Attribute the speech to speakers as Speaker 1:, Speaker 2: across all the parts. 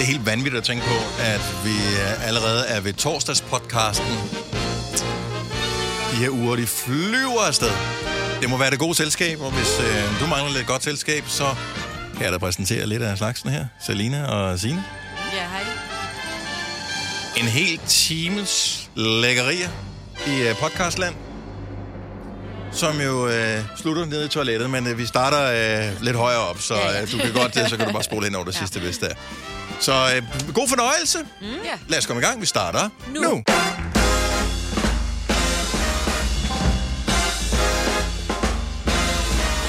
Speaker 1: helt vanvittigt at tænke på, at vi øh, allerede er ved torsdagspodcasten. De her uger, de flyver afsted. Det må være det gode selskab, og hvis øh, du mangler lidt godt selskab, så kan jeg da præsentere lidt af slagsen her. Selina og Signe.
Speaker 2: Ja, hej.
Speaker 1: En hel times lækkerier i øh, podcastland, som jo øh, slutter nede i toilettet, men øh, vi starter øh, lidt højere op, så
Speaker 2: Ja, ja.
Speaker 1: øh, du kan godt, øh, så kan du bare spole hen over det sidste, hvis det er. Så øh, god fornøjelse.
Speaker 2: Mm. Ja.
Speaker 1: Lad os komme i gang. Vi starter nu.
Speaker 2: Nu.
Speaker 1: nu.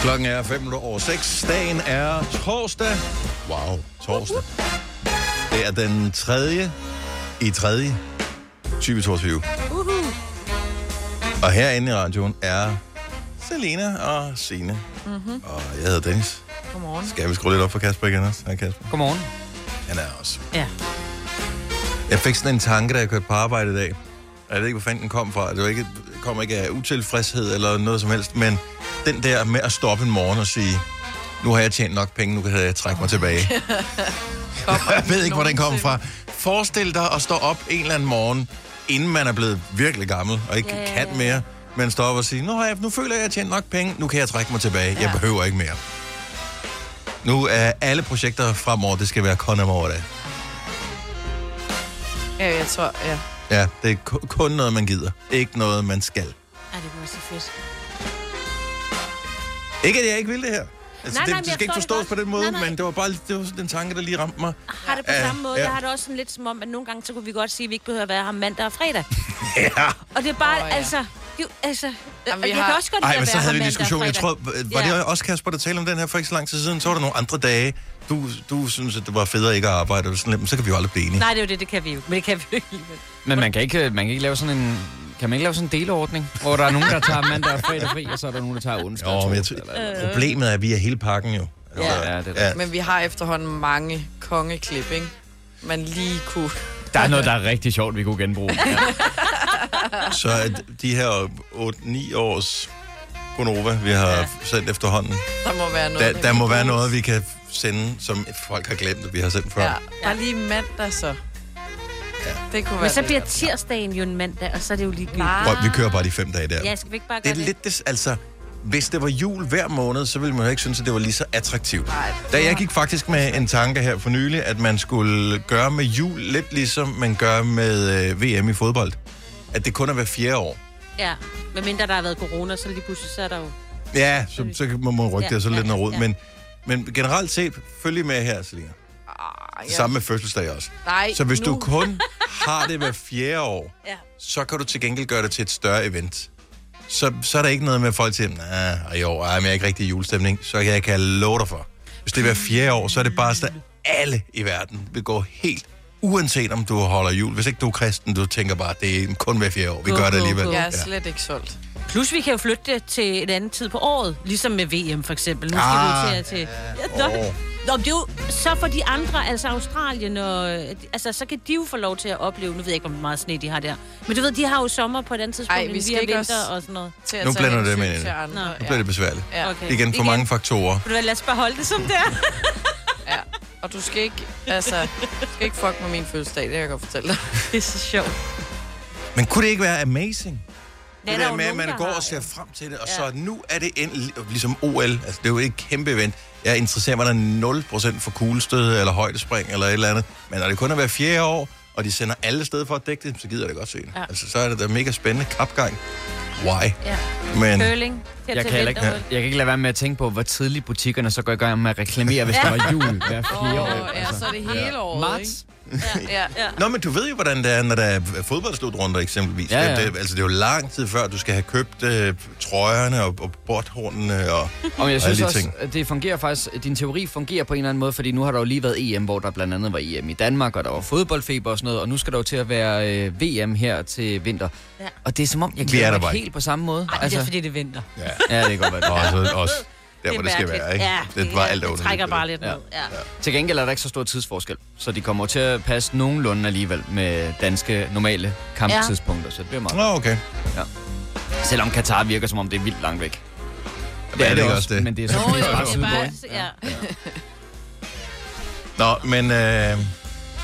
Speaker 1: Klokken er 5 minutter over 6. Dagen er torsdag. Wow, torsdag. Det er den 3. i 3. 2022.
Speaker 2: Uhu.
Speaker 1: Og herinde i radioen er Selena og Sine. Mm-hmm. Og jeg hedder Dennis.
Speaker 2: Mhm. Godmorgen.
Speaker 1: Skal vi skrue lidt op for Kasper igen også? Hej Kasper.
Speaker 3: Godmorgen.
Speaker 1: Han er også
Speaker 2: Ja.
Speaker 1: Jeg fik sådan en tanke, da jeg kørte på arbejde i dag. Og Jeg ved ikke, hvor fanden den kom fra. Det var ikke, det kom ikke af utilfredshed eller noget som helst, men den der med at stoppe en morgen og sige, nu har jeg tjent nok penge, nu kan jeg trække mig tilbage. jeg ved ikke, hvor den kom fra. Forestil dig at stå op en eller anden morgen, inden man er blevet virkelig gammel og ikke
Speaker 2: Ja, ja, ja.
Speaker 1: kan mere, men står op og siger, nu, har jeg, nu føler jeg, at jeg har tjent nok penge, nu kan jeg trække mig tilbage, jeg
Speaker 2: Ja.
Speaker 1: behøver ikke mere. Nu er alle projekter fremover, det skal være Conamover dag.
Speaker 2: Ja, jeg tror, ja.
Speaker 1: Ja, det er ku- kun noget, man gider. Ikke noget, man skal.
Speaker 2: Ej, det var så fedt.
Speaker 1: Ikke, at jeg ikke vil det her. Altså,
Speaker 4: Nej,
Speaker 1: det,
Speaker 4: nej, men
Speaker 1: det
Speaker 4: jeg
Speaker 1: skal ikke
Speaker 4: forstår det
Speaker 1: forstås
Speaker 4: godt.
Speaker 1: på den
Speaker 4: Nej,
Speaker 1: måde,
Speaker 4: nej.
Speaker 1: men det var bare det var sådan den tanke, der lige ramte mig.
Speaker 4: har det på
Speaker 1: Ja,
Speaker 4: samme måde.
Speaker 1: ja.
Speaker 4: Jeg har det også sådan lidt som om, at nogle gange, så kunne vi godt sige, at vi ikke behøver at være her mandag og fredag.
Speaker 1: Ja.
Speaker 4: Og det er bare,
Speaker 2: Åh,
Speaker 4: oh,
Speaker 2: ja.
Speaker 4: ja. altså... Jo, altså
Speaker 2: Jamen,
Speaker 4: Jamen,
Speaker 2: vi
Speaker 4: jeg
Speaker 2: har-
Speaker 4: kan også godt lide
Speaker 1: Ej,
Speaker 4: at
Speaker 1: men så
Speaker 4: være
Speaker 1: havde vi
Speaker 4: her
Speaker 1: en
Speaker 4: mandag og
Speaker 1: diskussion. Jeg
Speaker 4: fredag.
Speaker 1: tror, øh, var
Speaker 4: Ja.
Speaker 1: det også Kasper, der talte om den her for ikke så lang tid siden? Så var der nogle andre dage, du, du synes, at det var federe ikke at arbejde, og sådan lidt, men så kan vi jo aldrig blive enige.
Speaker 4: Nej, det er jo det, det kan vi jo. Men det kan vi jo ikke alligevel.
Speaker 3: Men man kan, ikke, man kan ikke lave sådan en... Kan man ikke lave sådan en delordning, hvor der er nogen, der tager mandag og fredag fri, og så er der nogen, der tager onsdag og
Speaker 1: Jo, men jeg
Speaker 3: torsdag
Speaker 1: tror-
Speaker 3: eller- eller-
Speaker 4: Øh.
Speaker 1: Problemet er, at vi er hele pakken jo.
Speaker 3: Ja,
Speaker 1: Altså,
Speaker 3: ja, det er rigtigt.
Speaker 2: Men vi har efterhånden mange kongeklip, ikke? Man lige kunne...
Speaker 3: Der er noget, der er rigtig sjovt, vi kunne genbruge. Ja.
Speaker 1: Så at de her 8-9 års Gonova, vi har ja. sendt efterhånden,
Speaker 2: Der må være noget...
Speaker 1: der, der må være noget, vi kan sende, som folk har glemt, at vi har sendt før.
Speaker 2: Ja, bare lige mandag så. Ja. Det kunne være
Speaker 4: Men så
Speaker 2: lidt
Speaker 4: bliver
Speaker 2: godt.
Speaker 4: tirsdagen jo en mandag, og så er det jo lige
Speaker 1: Prøv, vi kører bare de fem dage der.
Speaker 4: Ja, skal vi ikke bare
Speaker 1: Det
Speaker 4: gøre
Speaker 1: er
Speaker 4: det?
Speaker 1: lidt det, altså, hvis det var jul hver måned, så ville man jo ikke synes, at det var lige så attraktivt.
Speaker 2: Nej.
Speaker 1: Da jeg gik faktisk med en tanke her for nylig, at man skulle gøre med jul lidt ligesom man gør med øh, VM i fodbold. At det kun er hver fjerde år.
Speaker 4: Ja, medmindre der har været corona, så lige pludselig så er der jo...
Speaker 1: Ja, så, så kan- må man rykke
Speaker 4: Ja,
Speaker 1: det, og så
Speaker 4: ja,
Speaker 1: lidt noget råd.
Speaker 4: ja.
Speaker 1: Men, men generelt set, følg med her, Selina.
Speaker 2: Ah, ja.
Speaker 1: Samme med fødselsdag også.
Speaker 2: Nej,
Speaker 1: Så hvis
Speaker 2: nu.
Speaker 1: du kun har det hver fjerde år,
Speaker 4: Ja.
Speaker 1: så kan du til gengæld gøre det til et større event. Så, så er der ikke noget med at folk til, nej, i år ej, men jeg er ikke rigtig i julestemning, så kan jeg kan love dig for. Hvis det er hver fjerde år, så er det bare sådan, at alle i verden vil gå helt, uanset om du holder jul. Hvis ikke du er kristen, du tænker bare, det er kun hver fjerde år, vi
Speaker 4: Go,
Speaker 1: gør det
Speaker 4: go,
Speaker 1: alligevel.
Speaker 4: go.
Speaker 2: Jeg
Speaker 1: Ja.
Speaker 2: er slet ikke solgt.
Speaker 4: Plus, vi kan jo flytte det til et andet tid på året, ligesom med VM for eksempel. Nu skal
Speaker 1: Ah,
Speaker 4: ah, vi jo til... at- til... Ja, nå.
Speaker 1: Åh.
Speaker 4: Nå, men det er jo så for de andre, altså Australien og... øh, Altså, så kan de jo få lov til at opleve... Nu ved jeg ikke, hvor meget sne de har der. Men du ved, de har jo sommer på et andet tidspunkt, Ej,
Speaker 2: Ej, vi
Speaker 4: vi end vi
Speaker 2: skal
Speaker 4: har
Speaker 2: ikke
Speaker 4: vinter
Speaker 2: også-
Speaker 4: også... og sådan noget.
Speaker 2: Til at
Speaker 1: Nu
Speaker 2: tage
Speaker 1: blander du dem
Speaker 2: hensyn
Speaker 1: ind i
Speaker 2: til
Speaker 1: det.
Speaker 2: andre.
Speaker 4: Nå.
Speaker 1: Nu bliver det besværligt.
Speaker 2: Ja.
Speaker 4: Okay.
Speaker 1: Igen, for
Speaker 4: Igen.
Speaker 1: mange faktorer.
Speaker 4: Ved du hvad, Lad os bare holde det som det er.
Speaker 2: ja. Og du skal ikke, altså, du skal ikke fuck med min fødselsdag, det kan jeg godt fortælle dig.
Speaker 4: Det er så sjovt.
Speaker 1: Men kunne det ikke være amazing?
Speaker 4: Ja,
Speaker 1: Det
Speaker 4: der er
Speaker 1: der
Speaker 4: jo
Speaker 1: med, at
Speaker 4: nogen,
Speaker 1: man
Speaker 4: der
Speaker 1: går
Speaker 4: har-
Speaker 1: og ser frem til det, og
Speaker 4: Ja.
Speaker 1: så nu er det endelig, ligesom OL, altså det er jo et kæmpe event. Jeg interesserer mig da 0% for kuglestød eller højdespring eller et eller andet, men når det kun er hver fjerde år, og de sender alle steder for at dække det, så gider jeg da godt se det. Ja.
Speaker 4: Ja.
Speaker 1: Altså, så er det da mega spændende kapgang. Why?
Speaker 4: Ja.
Speaker 1: Men
Speaker 4: Curling. Til
Speaker 3: Jeg kan, heller ikke, jeg kan ikke lade være med at tænke på, hvor tidligt butikkerne så går i gang med at reklamere, hvis der var jul hver fjerde år. altså.
Speaker 2: Åh, ja, så er det hele året,
Speaker 3: Marts?
Speaker 2: ikke? Ja.
Speaker 4: Ja.
Speaker 1: Nå, men du ved jo, hvordan det er, når der er fodboldslutrunder eksempelvis.
Speaker 3: Ja,
Speaker 1: Ja, ja.
Speaker 3: ja.
Speaker 1: Det, altså, det er jo lang tid før, du skal have købt øh, trøjerne og, og bordhornene og...
Speaker 3: Og jeg
Speaker 1: Og alle
Speaker 3: synes
Speaker 1: de
Speaker 3: også,
Speaker 1: ting.
Speaker 3: at det fungerer faktisk, din teori fungerer på en eller anden måde, fordi nu har der jo lige været EM, hvor der blandt andet var EM i Danmark, og der var fodboldfeber og sådan noget, og nu skal der jo til at være øh, VM her til vinter.
Speaker 4: Ja.
Speaker 3: Ja. Og det er som om, jeg
Speaker 1: er der
Speaker 3: glæder mig
Speaker 1: bare
Speaker 3: ikke
Speaker 1: ikke.
Speaker 3: helt på samme måde.
Speaker 4: Ej,
Speaker 5: Altså.
Speaker 4: det er fordi, det er vinter.
Speaker 1: Ja,
Speaker 3: Ja, det kan godt være. det.
Speaker 1: og også, også der,
Speaker 4: er
Speaker 1: hvor det skal
Speaker 4: mærkeligt.
Speaker 1: være, ikke?
Speaker 4: Ja,
Speaker 1: det var
Speaker 4: er-
Speaker 1: alt
Speaker 4: det
Speaker 1: underligt.
Speaker 4: trækker bare lidt
Speaker 3: Ja.
Speaker 4: ned. Ja.
Speaker 3: Til gengæld er der ikke så stor tidsforskel, så de kommer til at passe nogenlunde alligevel med danske normale kamptidspunkter, så det bliver meget.
Speaker 1: Nå, okay.
Speaker 3: Selvom Katar virker som om det er vildt langt væk.
Speaker 1: er det ikke også det?
Speaker 3: Men det er så
Speaker 2: Nå,
Speaker 3: det er
Speaker 2: jo,
Speaker 3: bare
Speaker 2: det er
Speaker 3: sydpå,
Speaker 2: bare-
Speaker 3: ikke?
Speaker 4: ja.
Speaker 1: Nå, men øh,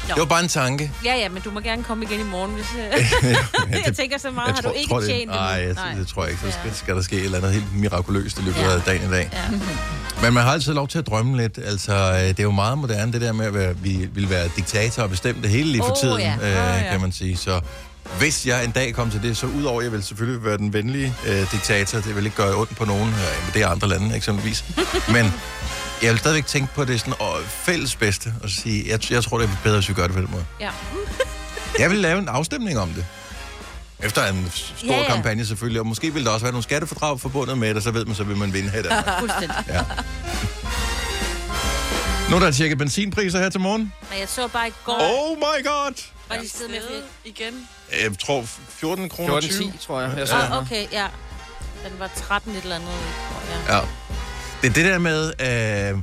Speaker 1: Det var bare en tanke.
Speaker 4: Ja, ja, men du må gerne komme igen i morgen, hvis... øh, jeg tænker så meget,
Speaker 1: Jeg
Speaker 4: Ah, har
Speaker 1: tror-
Speaker 4: du ikke
Speaker 1: tror det-
Speaker 4: tjent
Speaker 1: Nej,
Speaker 4: endnu?
Speaker 1: jeg, det tror jeg ikke. Så skal, skal der ske et eller andet helt mirakuløst i løbet af dagen i dag.
Speaker 4: Ja.
Speaker 1: Men man har altid lov til at drømme lidt. Altså, øh, det er jo meget moderne, det der med at være, vi vil være diktator og bestemme det hele lige for
Speaker 4: Åh,
Speaker 1: tiden,
Speaker 4: ja.
Speaker 1: øh, kan man sige. Så hvis jeg en dag kom til det, så udover, at jeg vil selvfølgelig være den venlige øh, diktator, det vil ikke gøre ondt på nogen, øh, men det er andre lande eksempelvis. Men jeg vil stadigvæk tænke på det sådan, og fælles bedste, og sige, jeg, jeg tror, det er bedre, hvis vi gør det på den måde.
Speaker 4: Ja.
Speaker 1: Jeg vil lave en afstemning om det. Efter en stor
Speaker 4: Ja,
Speaker 1: yeah.
Speaker 4: ja.
Speaker 1: kampagne selvfølgelig, og måske vil der også være nogle skattefordrag forbundet med det, og så ved man, så vil man vinde her. i Danmark.
Speaker 4: Fuldstændig.
Speaker 1: Ja. Nu er der tjekket benzinpriser her til morgen.
Speaker 4: Men jeg så bare i går, oh.
Speaker 1: Oh my god!
Speaker 4: var de stedet med...
Speaker 2: Nede igen.
Speaker 1: Jeg tror 14 kroner 20.
Speaker 3: 14.10, tror jeg. jeg så
Speaker 4: Ja.
Speaker 3: den her.
Speaker 4: Ah, okay, ja. Den var 13 et eller andet. i går, Ja.
Speaker 1: Ja. Det er det der med... Øh,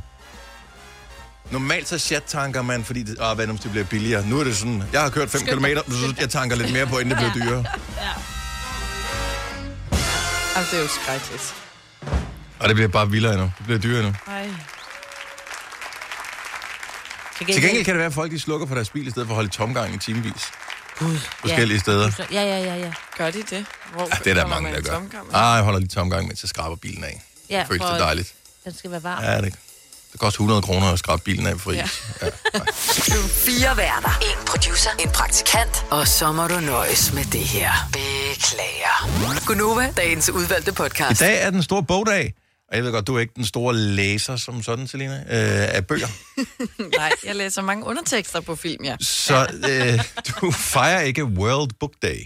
Speaker 1: normalt så chat-tanker man, fordi det, åh, hvad nu, hvis det bliver billigere. Nu er det sådan, jeg har kørt 5 km, så jeg tanker lidt mere på, inden det bliver dyrere.
Speaker 2: Jamen, det er jo skrækkeligt.
Speaker 1: Og det bliver bare vildere nu. Det bliver dyrere nu.
Speaker 2: Ej.
Speaker 1: Til gengæld kan det være, at folk de slukker for deres bil, i stedet for at holde i tomgang i timevis.
Speaker 4: Gud,
Speaker 1: Forskellige steder.
Speaker 4: ja. Ja, ja, ja, ja.
Speaker 2: Gør de det? Hvor
Speaker 1: Ja, det er der
Speaker 2: kommer
Speaker 1: mange, der
Speaker 2: man i
Speaker 1: gør.
Speaker 2: tomgang?
Speaker 1: Ej, jeg holder lige tomgang, mens jeg skraber bilen af.
Speaker 4: ja
Speaker 1: Føles
Speaker 4: for
Speaker 1: det dejligt.
Speaker 4: Den skal være varm.
Speaker 1: Ja, det, det koster 100 kroner at skrabe bilen af for is. Ja.
Speaker 2: Ja.
Speaker 1: Ja, nej.
Speaker 6: Fire værter. En producer. En praktikant. Og så må du nøjes med det her. Beklager. Gunova, dagens udvalgte
Speaker 1: I
Speaker 6: podcast.
Speaker 1: dag er den store bogdag, og jeg ved godt, du er ikke den store læser som sådan, Selina, øh, af bøger.
Speaker 2: Nej, jeg læser mange undertekster på film, ja.
Speaker 1: Så øh, du fejrer ikke World Book Day.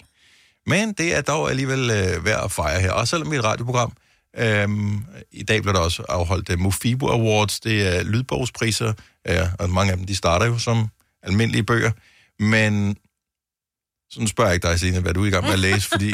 Speaker 1: Men det er dog alligevel øh, værd at fejre her. Også selvom vi er et radioprogram. Øhm, I dag blev der også afholdt uh, Mofibo Awards. Det er lydbogspriser, øh, og mange af dem de starter jo som almindelige bøger. Men sådan spørger jeg ikke dig, Signe, hvad du er i gang med at læse, fordi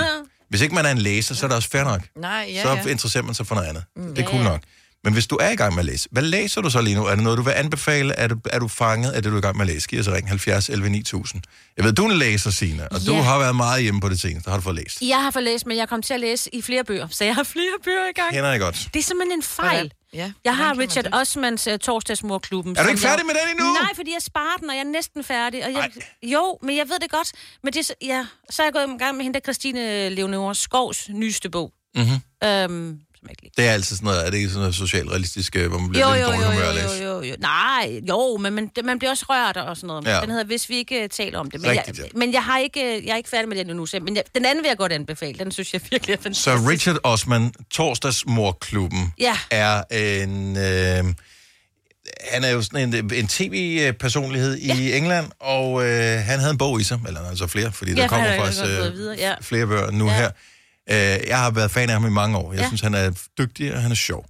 Speaker 1: hvis ikke man er en læser, så er det også fair nok.
Speaker 2: Nej, ja,
Speaker 1: så
Speaker 2: ja.
Speaker 1: interesserer man sig for noget andet. Mm. Det er
Speaker 4: Ja,
Speaker 1: cool
Speaker 4: ja.
Speaker 1: nok. Men hvis du er i gang med at læse, hvad læser du så lige nu? Er det noget, du vil anbefale? Er du, er du fanget af det, du er i gang med at læse? Giv os ring 70 11 9000. Jeg ved, du er en læser, Signe, og du
Speaker 4: Ja.
Speaker 1: har været meget hjemme på det seneste. Har du fået læst?
Speaker 4: Jeg har fået læst, men jeg kom til at læse i flere bøger, så jeg har flere bøger i gang.
Speaker 1: Kender jeg godt.
Speaker 4: Det er simpelthen en fejl.
Speaker 2: Ja, hvordan
Speaker 4: Jeg
Speaker 2: kan
Speaker 4: har
Speaker 2: man
Speaker 4: Richard
Speaker 2: det?
Speaker 4: Osmans uh, torsdagsmorklubben.
Speaker 1: Er du
Speaker 4: som
Speaker 1: ikke færdig med den endnu?
Speaker 4: Nej, fordi jeg sparer den, og jeg er næsten færdig. Og jeg...
Speaker 1: Ej.
Speaker 4: Jo, men jeg ved det godt. Men det, er så- ja, så er jeg gået i gang med hende der Christine Leonore Skovs nyeste bog. Mm-hmm. Øhm, som jeg ikke lige
Speaker 1: Det er altid sådan noget, er det ikke sådan noget socialrealistisk, øh, hvor man bliver
Speaker 4: jo,
Speaker 1: lidt
Speaker 4: jo,
Speaker 1: dårlig
Speaker 4: jo,
Speaker 1: humør at
Speaker 4: jo,
Speaker 1: læse?
Speaker 4: jo, jo, jo. Nej, jo, men man, man bliver også rørt og sådan noget.
Speaker 1: Ja.
Speaker 4: Ja. Den hedder Hvis vi ikke øh, taler om det. Men,
Speaker 1: Rigtigt, ja.
Speaker 4: jeg, men jeg, har ikke, øh, jeg er ikke færdig med den endnu, så- men jeg, den anden vil jeg godt anbefale. Den synes jeg virkelig er fantastisk.
Speaker 1: Så Richard Osman, Torsdagsmorklubben,
Speaker 4: Ja.
Speaker 1: er en... Øh, han er jo sådan en, en tv-personlighed i England, og øh, han havde en bog i sig, eller han havde så flere, fordi ja, der
Speaker 4: for
Speaker 1: kommer
Speaker 4: han er jo
Speaker 1: faktisk
Speaker 4: ikke gået
Speaker 1: øh,
Speaker 4: videre, ja.
Speaker 1: flere bøger nu ja. her. Øh, jeg har været fan af ham i mange år. Jeg ja.
Speaker 4: Ja.
Speaker 1: synes, han er dygtig, og han er sjov.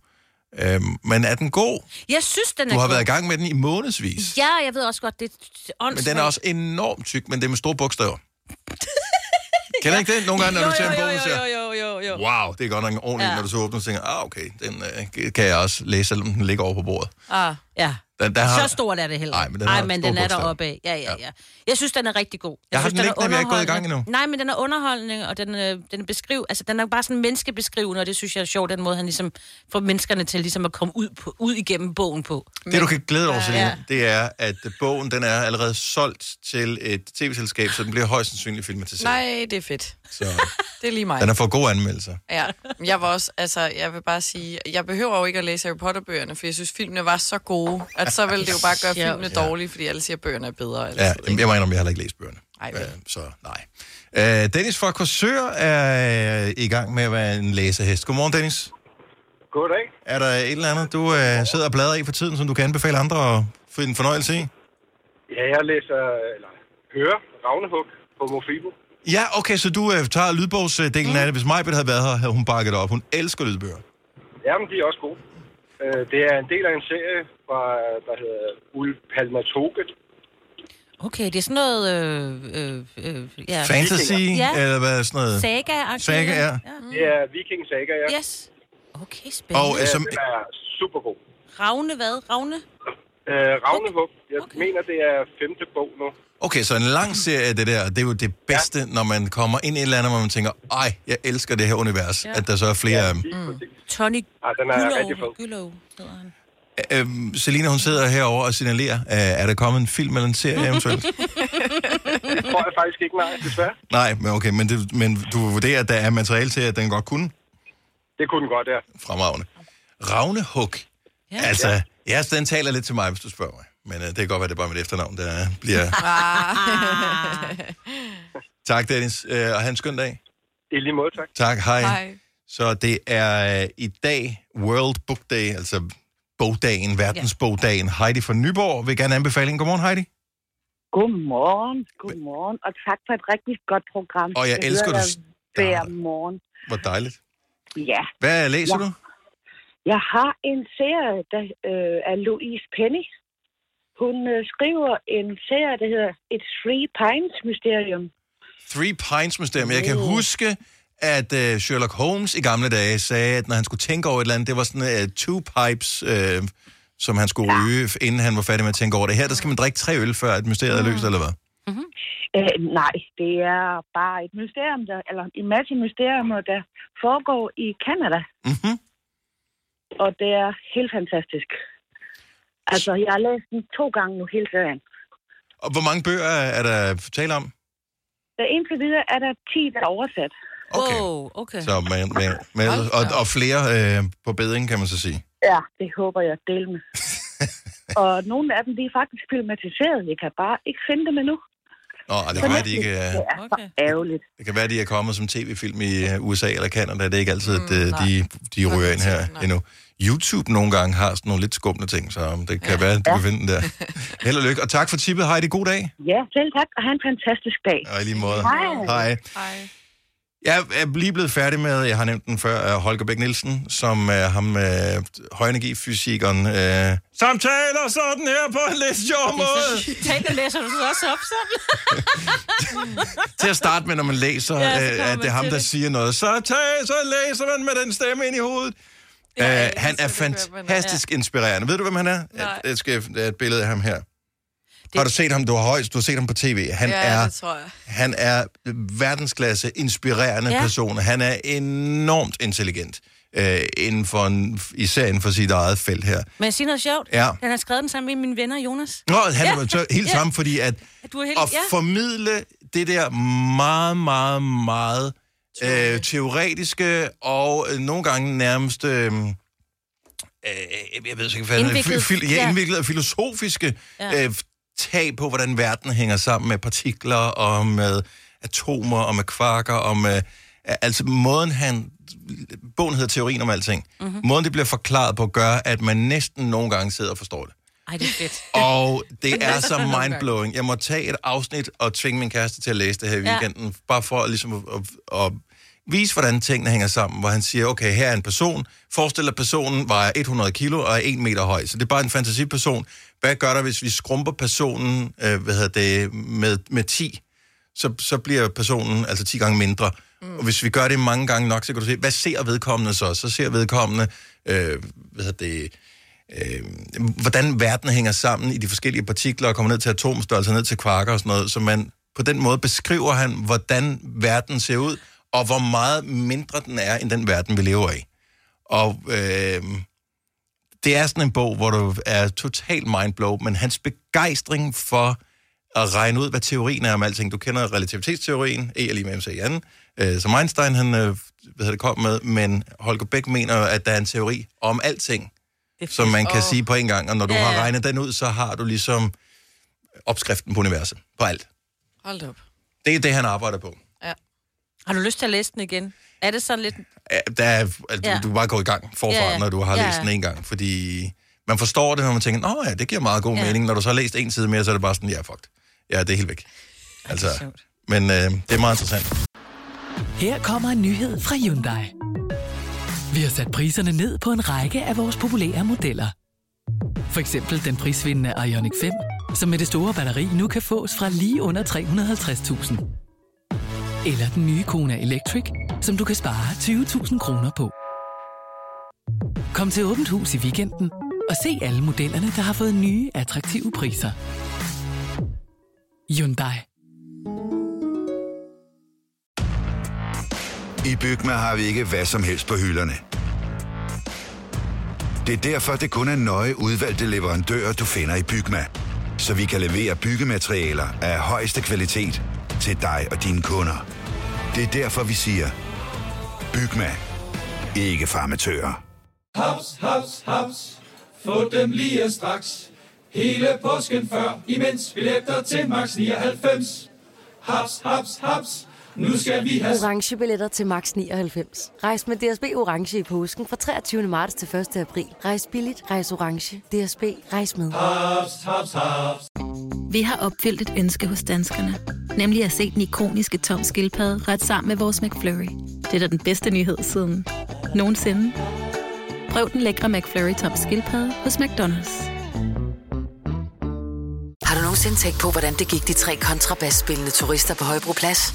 Speaker 1: Øh, men er den god?
Speaker 4: Jeg synes, den er
Speaker 1: Du har
Speaker 4: god.
Speaker 1: været i gang med den i månedsvis.
Speaker 4: Ja, jeg ved også godt, det er
Speaker 1: Men
Speaker 4: åndssvagt.
Speaker 1: den er også enormt tyk, men det er med store bogstaver. Kender ikke det? Nogle gange, når
Speaker 4: jo,
Speaker 1: du ser en
Speaker 4: jo,
Speaker 1: bog, så...
Speaker 4: jo, jo, jo, jo, jo.
Speaker 1: Wow, det er godt nok en ordentlig, ja.
Speaker 4: Ja.
Speaker 1: når du så åbner og tænker, ah okay, den øh, kan jeg også læse, selvom den ligger over på bordet.
Speaker 2: Ah,
Speaker 4: Ja.
Speaker 1: Den, der har,
Speaker 4: Så stort er det heller.
Speaker 1: Ej, men den har
Speaker 4: Ej, men
Speaker 1: store
Speaker 4: den er
Speaker 1: bogstaver.
Speaker 4: deroppe af. Ja, ja,
Speaker 1: Ja.
Speaker 4: ja. Jeg synes, den er rigtig god.
Speaker 1: Jeg har
Speaker 4: synes,
Speaker 1: den
Speaker 4: er
Speaker 1: liggende, men jeg er ikke gået i gang
Speaker 4: underholdende. Nej, men den er underholdende, og den, øh, den, er beskriv, altså, den er bare sådan menneskebeskrivende, og det synes jeg er sjovt, den måde, han ligesom får menneskerne til ligesom at komme ud, på, ud igennem bogen på.
Speaker 1: Det, du kan glæde dig over, Selina,
Speaker 2: ja.
Speaker 1: det er, at bogen den er allerede solgt til et tv-selskab, så den bliver højst sandsynligt filmatiseret.
Speaker 2: nej, det er fedt.
Speaker 1: Så
Speaker 2: Det er lige mig.
Speaker 1: den har fået gode anmeldelser.
Speaker 2: Ja, men jeg var også, altså, jeg vil bare sige, jeg behøver jo ikke at læse Harry Potter-bøgerne, for jeg synes, filmene var så gode, at så ville det jo bare gøre
Speaker 4: Ja.
Speaker 2: filmene dårlige, fordi alle siger, at bøgerne er bedre. Eller
Speaker 1: Ja,
Speaker 2: sådan,
Speaker 1: jamen,
Speaker 2: ikke?
Speaker 1: jeg mener, om jeg har heller ikke læst bøgerne.
Speaker 2: Ej,
Speaker 1: øh,
Speaker 2: vel.
Speaker 1: så nej. Øh, Dennis fra Korsør er øh, i gang med at være en læsehest. Godmorgen, Dennis.
Speaker 7: Goddag.
Speaker 1: Er der et eller andet, du øh, sidder og bladrer i for tiden, som du kan anbefale andre at få en fornøjelse i?
Speaker 7: Ja, jeg læser, eller hører Ravnehug på Mofibo.
Speaker 1: Ja, okay, så du øh, tager lydbogsdelen mm. af det. Hvis Majbet havde været her, havde hun bakket op. Hun elsker lydbøger.
Speaker 7: Jamen, de er også gode. Øh, Det er en del af en serie fra, der hedder Ulf Palmatoget.
Speaker 4: Okay, det er sådan noget... Øh, øh, øh, ja.
Speaker 1: Fantasy, ja.
Speaker 4: Ja.
Speaker 1: eller hvad er sådan noget?
Speaker 4: Saga.
Speaker 1: Saga, ja.
Speaker 7: Det er Viking Saga, ja.
Speaker 4: mm. Yes. Okay, spændende.
Speaker 1: Og øh, som,
Speaker 7: Den er super god.
Speaker 4: Ravne hvad? Ravne?
Speaker 7: Øh, Ravnehug, jeg mener, det er femte bog nu.
Speaker 1: okay, så en lang serie af det der, det er jo det bedste, ja. når man kommer ind i et eller andet, hvor man tænker, ej, jeg elsker
Speaker 5: øhm.
Speaker 1: det her univers, ja. at der så er flere af dem.
Speaker 7: Lige præcis.
Speaker 4: Mm. Tony
Speaker 7: Ja, den er rigtig fed.
Speaker 4: Gyllow hedder han.
Speaker 1: Øhm, Selina, hun sidder herovre og signalerer, øh, er der kommet en film eller en serie eventuelt?
Speaker 7: Det tror jeg faktisk ikke, nej, desværre.
Speaker 1: Nej, men okay, men, det, men du vurderer, at der er materiale til, at den godt kunne?
Speaker 7: Det kunne den godt, ja.
Speaker 1: Fremragende. Ravnehug. Ja. Altså, ja, så den taler lidt til mig, hvis du spørger mig. Men øh, det kan godt være, det er bare mit efternavn, der bliver...
Speaker 2: Ah.
Speaker 1: tak, Dennis, øh, og have en skøn dag.
Speaker 7: I lige måde, tak.
Speaker 1: Tak, hej.
Speaker 2: Hej.
Speaker 1: Så det er øh, i dag World Book Day, altså bogdagen, verdensbogdagen. Heidi fra Nyborg vil gerne anbefale en. Godmorgen, Heidi.
Speaker 8: Godmorgen, godmorgen, og tak for et rigtig godt program.
Speaker 1: Og jeg elsker,
Speaker 8: hører
Speaker 1: du
Speaker 8: dig hver
Speaker 1: starter.
Speaker 8: morgen.
Speaker 1: Hvor dejligt.
Speaker 8: Ja,
Speaker 1: Hvad læser
Speaker 8: Ja.
Speaker 1: du?
Speaker 8: jeg har en serie, der øh, er Louise Penny. Hun øh, skriver en serie, der hedder Et Three Pines Mysterium.
Speaker 1: Three Pines Mysterium. Jeg
Speaker 8: Uh.
Speaker 1: kan huske, at øh, Sherlock Holmes i gamle dage sagde, at når han skulle tænke over et eller andet, det var sådan øh, two pipes, øh, som han skulle ryge, inden han var færdig med at tænke over det. Her, der skal man drikke tre øl, før et mysteriet
Speaker 8: Mm.
Speaker 1: er løst, eller hvad?
Speaker 8: Øh, nej, det er bare et mysterium, der, eller en masse mysterier, der foregår i Kanada.
Speaker 1: Mm-hmm.
Speaker 8: Og det er helt fantastisk. Altså, jeg har læst den to gange nu hele serien.
Speaker 1: Og hvor mange bøger er der tale om?
Speaker 8: Der indtil videre er der 10, der er oversat.
Speaker 1: Okay.
Speaker 4: Wow, okay.
Speaker 1: Så med, med, med, og, og flere øh, på bedring, kan man så sige.
Speaker 8: Ja, det håber jeg at dele med. og nogle af dem, de er faktisk filmatiseret. Jeg kan bare ikke finde dem endnu.
Speaker 1: Nå, og det kan være, de ikke...
Speaker 8: Det er
Speaker 1: Øh,
Speaker 8: okay.
Speaker 4: Okay.
Speaker 8: for ærgerligt.
Speaker 1: Det kan være, de er kommet som tv-film i øh, USA eller Canada. Det er ikke altid, at øh, de, de ryger ind her
Speaker 2: nej.
Speaker 1: endnu. YouTube nogle gange har sådan nogle lidt skumle ting, så um, det kan være, at du kan finde den der. Held og lykke, og tak for tippet, Heidi. God dag.
Speaker 8: Ja, selv tak, og have en fantastisk dag.
Speaker 1: Og i lige måde.
Speaker 8: Hej.
Speaker 1: Hej.
Speaker 2: Hej.
Speaker 1: Jeg er lige blevet færdig med, jeg har nævnt den før, øh, Holger Bæk Nielsen, som er ham øh, højenergifysikeren, øh, som taler sådan her på en lidt sjov måde.
Speaker 4: Taler læser du så også op sådan?
Speaker 1: til at starte med, når man læser,
Speaker 4: Ja, så
Speaker 1: ja,
Speaker 4: kommer
Speaker 1: øh, at det
Speaker 4: man
Speaker 1: er ham,
Speaker 4: til
Speaker 1: der
Speaker 4: det.
Speaker 1: siger noget. Så, tag, så læser man med den stemme ind i hovedet.
Speaker 2: Ja,
Speaker 1: Ja, øh,
Speaker 2: jeg
Speaker 1: han er
Speaker 2: elsker det, Batman.
Speaker 1: fantastisk ja. inspirerende. Ved du, hvem han er?
Speaker 2: Nej.
Speaker 1: Jeg, jeg skal, der er et billede af ham her. Det... Har du set ham? Du har højst, du har set ham på tv. Han
Speaker 2: Ja,
Speaker 1: er
Speaker 2: det tror jeg.
Speaker 1: han er verdensklasse inspirerende ja.
Speaker 4: Ja.
Speaker 1: person. Han er enormt intelligent øh, inden for en, især inden for sit eget felt her.
Speaker 4: Men jeg siger noget sjovt.
Speaker 1: Ja.
Speaker 4: Han har skrevet den sammen med mine venner, Jonas.
Speaker 1: Nå, han ja. er så helt ja. sammen, fordi at
Speaker 4: Du er helt...
Speaker 1: at
Speaker 4: Ja.
Speaker 1: formidle det der meget, meget, meget øh, teoretiske og øh, nogle gange nærmest... Øh, øh, jeg ved ikke, hvad det
Speaker 4: Indviklet.
Speaker 1: fil, ja,
Speaker 4: Ja.
Speaker 1: indviklet og filosofiske ja.
Speaker 4: Ja.
Speaker 1: øh, tag på, hvordan verden hænger sammen med partikler og med atomer og med kvarker og med... Altså måden han... Bogen hedder Teorien om alting.
Speaker 4: Mhm.
Speaker 1: Mm-hmm. Måden det bliver forklaret på, gør, at man næsten nogle gange sidder og forstår det.
Speaker 4: Ej, det er fedt.
Speaker 1: Og det er så mindblowing. Jeg må tage et afsnit og tvinge min kæreste til at læse det her i
Speaker 4: Ja.
Speaker 1: weekenden, ja. bare for at, ligesom at, at vise, hvordan tingene hænger sammen, hvor han siger, okay, her er en person. Forestil dig, at personen vejer 100 kilo og er 1 meter høj. Så det er bare en fantasiperson. Hvad gør der, hvis vi skrumper personen øh, hvad hedder det, med, med 10? Så, så bliver personen altså 10 gange mindre. Mm. Og hvis vi gør det mange gange nok, så kan du se, hvad ser vedkommende så? Så ser vedkommende, øh, hvad hedder det, øh, hvordan verden hænger sammen i de forskellige partikler, og kommer ned til atomstørrelse, ned til kvarker og sådan noget, så man på den måde beskriver han, hvordan verden ser ud, og hvor meget mindre den er, end den verden, vi lever i. Og øh, det er sådan en bog, hvor du er totalt mindblown, men hans begejstring for at regne ud, hvad teorien er om alting. Du kender relativitetsteorien, E er lige med MC i anden, øh, som Einstein han, øh, hvad hedder det, kom med, men Holger Bæk mener, at der er en teori om alting, som man kan
Speaker 2: Åh.
Speaker 1: sige på en gang, og når du
Speaker 4: Ja,
Speaker 1: har
Speaker 4: ja.
Speaker 1: regnet den ud, så har du ligesom opskriften på universet, på alt.
Speaker 2: Hold da op.
Speaker 1: Det er det, han arbejder på.
Speaker 4: Har du lyst til at læse den igen? Er det sådan lidt...
Speaker 1: Ja, Der er, altså,
Speaker 4: Ja.
Speaker 1: ja. Du kan bare gå i gang forfra,
Speaker 4: Ja,
Speaker 1: ja,
Speaker 4: ja.
Speaker 1: når du har
Speaker 4: Ja,
Speaker 1: læst
Speaker 4: ja.
Speaker 1: den en gang, fordi man forstår det, når man tænker, nå ja, det giver meget god
Speaker 4: Ja.
Speaker 1: mening. Når du så har læst en side mere, så er det bare sådan, ja, fucked. Ja, det er helt væk. Altså,
Speaker 4: sjovt.
Speaker 1: men øh, det er meget interessant.
Speaker 6: Her kommer en nyhed fra Hyundai. Vi har sat priserne ned på en række af vores populære modeller. For eksempel den prisvindende Ioniq 5, som med det store batteri nu kan fås fra lige under 350.000. Eller den nye Kona Electric, som du kan spare 20.000 kroner på. Kom til Åbent Hus i weekenden og se alle modellerne, der har fået nye, attraktive priser. Hyundai.
Speaker 9: I Bygma har vi ikke hvad som helst på hylderne. Det er derfor, det kun er nøje udvalgte leverandører, du finder i Bygma. Så vi kan levere byggematerialer af højeste kvalitet til dig og dine kunder. Det er derfor, vi siger, Bygma. Ikke farmatører.
Speaker 10: Haps, haps, haps. Få dem lige straks. Hele påsken før, imens billetter til max 99. Haps, haps, haps. Nu skal vi have...
Speaker 11: orange billetter til max 99. Rejs med DSB orange i påsken fra 23. marts til 1. april. Rejs billigt, rejs orange. DSB rejs med.
Speaker 10: Haps, haps, haps.
Speaker 12: Vi har opfyldt et ønske hos danskerne. Nemlig at se den ikoniske tom skildpadde ret sammen med vores McFlurry. Det er da den bedste nyhed siden nogensinde. Prøv den lækre McFlurry tom skildpadde hos McDonald's.
Speaker 13: Har du nogensinde tænkt på, hvordan det gik de tre kontrabasspillende turister på Højbroplads?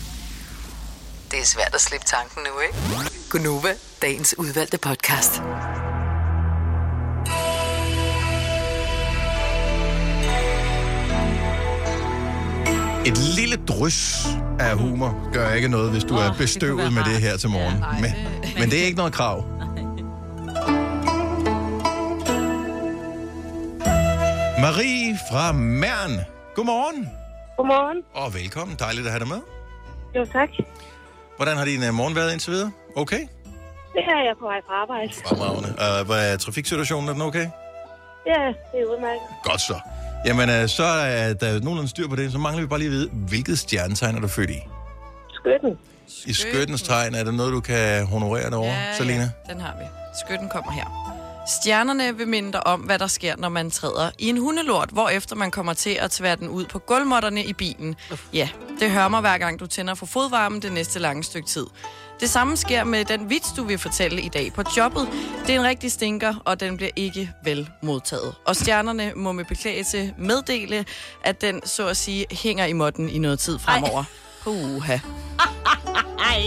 Speaker 13: Det er svært at slippe tanken nu, ikke? Gunova, dagens udvalgte podcast.
Speaker 1: Et lille drys af humor gør ikke noget, hvis du er bestøvet med det her til morgen. Men, men det er ikke noget krav. Marie fra Mern. Godmorgen.
Speaker 14: Godmorgen.
Speaker 1: Og velkommen. Dejligt at have dig med.
Speaker 14: Jo, tak.
Speaker 1: Hvordan har din øh, morgen været indtil videre? Okay?
Speaker 14: Det her er jeg på vej fra arbejde.
Speaker 1: Fremragende. Øh, Hvad er trafiksituationen? Er den okay?
Speaker 14: Ja, det er udmærket.
Speaker 1: Godt så. Jamen, øh, så er der nogenlunde styr på det. Så mangler vi bare lige at vide, hvilket stjernetegn er du født i?
Speaker 14: Skytten.
Speaker 1: I skyttens tegn, er det noget, du kan honorere dig over, ja, Selina?
Speaker 2: Ja, den har vi. Skytten kommer her. Stjernerne vil minde dig om, hvad der sker, når man træder i en hundelort, hvorefter man kommer til at tvære den ud på gulvmåtterne i bilen. Ja, det hører mig hver gang, du tænder for fodvarmen det næste lange stykke tid. Det samme sker med den vits, du vil fortælle i dag på jobbet. Det er en rigtig stinker, og den bliver ikke vel modtaget. Og stjernerne må med beklagelse meddele, at den så at sige hænger i måtten i noget tid fremover. Puha.
Speaker 14: Ej.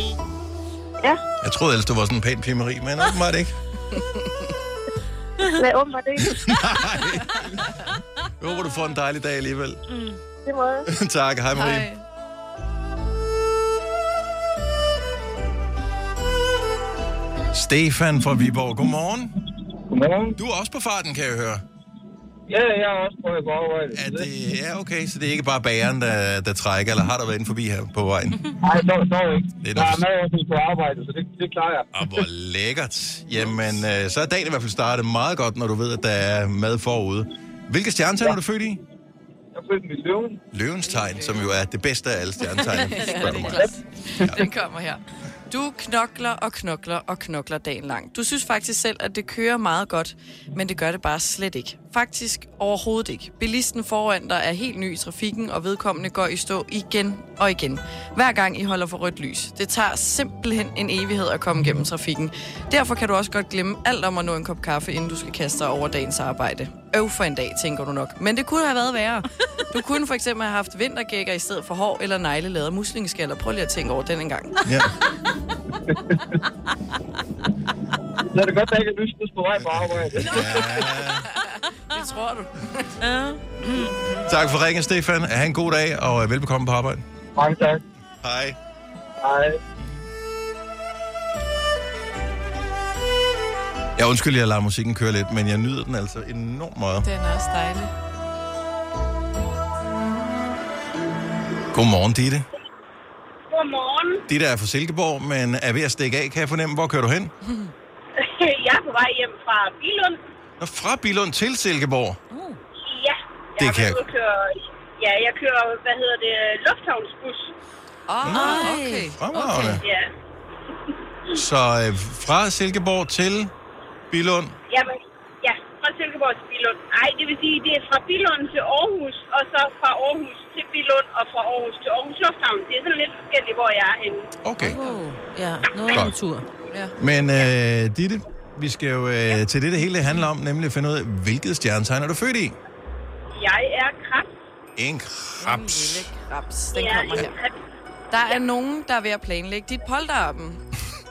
Speaker 1: Jeg troede ellers, du var sådan en pæn pige, Marie, men åbenbart ikke.
Speaker 14: Men åbenbart det.
Speaker 1: Jeg håber, du får en dejlig dag alligevel.
Speaker 14: Mm. Det måde.
Speaker 1: tak. Hej, Marie. Hej. Stefan fra Viborg. Godmorgen. Godmorgen. Du er også på farten, kan jeg høre.
Speaker 15: Ja, jeg har også prøvet at gå over det.
Speaker 1: Er det... Ja, okay, så det er ikke bare bageren, der, der trækker, eller har der været inde forbi her på vejen?
Speaker 15: Nej, så, så ikke.
Speaker 1: Det er
Speaker 15: jeg
Speaker 1: nok-
Speaker 15: er med også på arbejde, så det, det klarer jeg.
Speaker 1: Og hvor lækkert. Jamen, øh, så er dagen i hvert fald startet meget godt, når du ved, at der er mad forude. Hvilke stjernetegn er du født i?
Speaker 15: Jeg er født med løven.
Speaker 1: Løvens tegn, som jo er det bedste af alle stjernetegn.
Speaker 2: Ja, det er klart. Den kommer her. Du knokler og knokler og knokler dagen lang. Du synes faktisk selv, at det kører meget godt, men det gør det bare slet ikke. Faktisk overhovedet ikke. Bilisten foran dig er helt ny i trafikken, og vedkommende går i stå igen og igen. Hver gang I holder for rødt lys. Det tager simpelthen en evighed at komme gennem trafikken. Derfor kan du også godt glemme alt om at nå en kop kaffe, inden du skal kaste dig over dagens arbejde. Øv for en dag, tænker du nok. Men det kunne have været værre. Du kunne for eksempel have haft vintergækker i stedet for hår eller negle lavet muslingeskaller. Prøv lige at tænke over den en gang.
Speaker 1: Ja.
Speaker 15: Så er det godt, at jeg ikke er lyst på vej på arbejde.
Speaker 2: Det tror du.
Speaker 1: Tak for ringen, Stefan. Ha' en god dag, og øh, velbekomme på arbejde.
Speaker 15: Mange tak.
Speaker 1: Hej.
Speaker 15: Hej.
Speaker 1: Jeg undskylder, jeg lader musikken køre lidt, men jeg nyder den altså enormt meget.
Speaker 2: Den er også dejlig.
Speaker 1: Godmorgen, Ditte.
Speaker 14: Godmorgen.
Speaker 1: Ditte er fra Silkeborg, men er ved at stikke af, kan jeg fornemme. Hvor kører du hen?
Speaker 14: Jeg er på vej hjem fra Bilund.
Speaker 1: Nå, fra Bilund til Silkeborg.
Speaker 14: Ja.
Speaker 1: Det
Speaker 14: jeg
Speaker 1: kan
Speaker 14: jeg.
Speaker 1: jeg-
Speaker 14: Køre, ja, jeg kører, hvad hedder det, lufthavnsbus.
Speaker 2: Åh, oh, okay.
Speaker 1: Fremragende.
Speaker 14: Ja.
Speaker 1: Så øh, fra Silkeborg til Bilund.
Speaker 14: Jamen, ja, fra Silkeborg til Bilund. Nej, det vil sige, det er fra Bilund til Aarhus, og så fra Aarhus til Bilund, og fra Aarhus til Aarhus Lufthavn. Det er sådan lidt forskelligt, hvor jeg er henne.
Speaker 1: Okay.
Speaker 4: Ja, noget af en
Speaker 1: Godt.
Speaker 4: tur.
Speaker 2: Ja.
Speaker 1: Men øh, Ditte, vi skal jo øh, til det, det hele handler om, nemlig at finde ud af, hvilket stjernetegn er du født i?
Speaker 14: Jeg er krebs.
Speaker 1: En krebs.
Speaker 2: Raps, den
Speaker 14: Jeg er
Speaker 2: kommer
Speaker 14: en
Speaker 2: her.
Speaker 14: krebs.
Speaker 2: Der er nogen, der er ved at planlægge dit polterappen.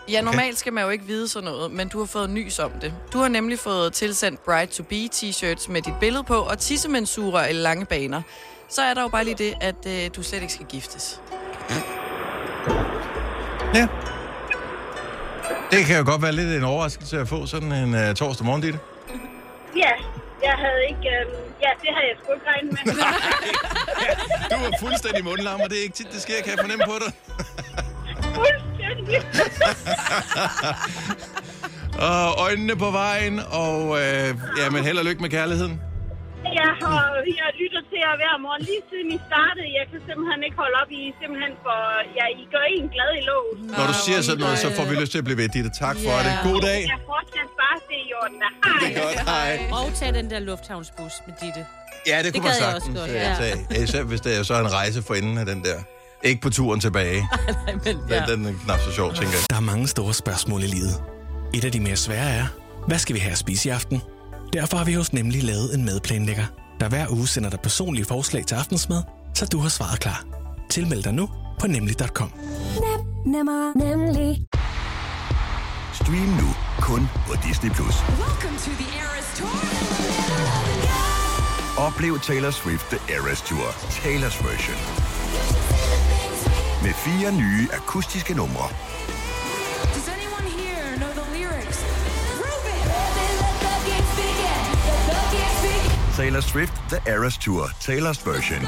Speaker 2: Ja, normalt skal man jo ikke vide sådan noget, men du har fået nys om det. Du har nemlig fået tilsendt Bride to Be t-shirts med dit billede på, og tissemensurer eller lange baner. Så er der jo bare lige det, at øh, du slet ikke skal giftes.
Speaker 1: Ja. Det kan jo godt være lidt en overraskelse at få sådan en øh, torsdag morgen, Ditte.
Speaker 14: Ja, jeg havde ikke... Øhm, ja, det havde jeg sgu ikke regnet med.
Speaker 1: Du er fuldstændig mundlam, og det er ikke tit, det sker, kan jeg fornemme på dig.
Speaker 14: Fuldstændig.
Speaker 1: og øjnene på vejen, og øh, ja, men held og lykke med kærligheden.
Speaker 14: Jeg har jeg lytter til jer hver morgen lige siden I startede. Jeg kan simpelthen ikke holde op. I er simpelthen for... Ja, I gør en glad i låget.
Speaker 1: Når
Speaker 2: Ah,
Speaker 1: du siger sådan noget, så får vi lyst til at blive ved, Ditte. Tak for det. God dag.
Speaker 14: Jeg fortsat bare se i orden. Hej.
Speaker 1: Det er godt, hej.
Speaker 4: Og tag den der lufthavnsbus med Ditte.
Speaker 1: Ja, det kunne man
Speaker 4: gad jeg også
Speaker 1: sagtens
Speaker 4: godt,
Speaker 1: øh,
Speaker 4: ja.
Speaker 1: tage. Ja, Især hvis det er så en rejse for enden af den der. Ikke på turen tilbage. Den, den er knap så sjov, tænker jeg.
Speaker 16: Der er mange store spørgsmål i livet. Et af de mere svære er, hvad skal vi have at spise i aften? Derfor har vi hos Nemlig lavet en madplanlægger, der hver uge sender dig personlige forslag til aftensmad, så du har svaret klar. Tilmeld dig nu på nemlig.com.
Speaker 17: Nem, nemmer, nemlig.
Speaker 9: Stream nu kun på Disney+. Plus.
Speaker 17: Welcome to the Eras Tour.
Speaker 9: Oplev Taylor Swift The Eras Tour, Taylor's version. Med fire nye akustiske numre.
Speaker 17: Does anyone here know the lyrics? Ruben!
Speaker 9: Taylor Swift The Eras Tour, Taylor's version.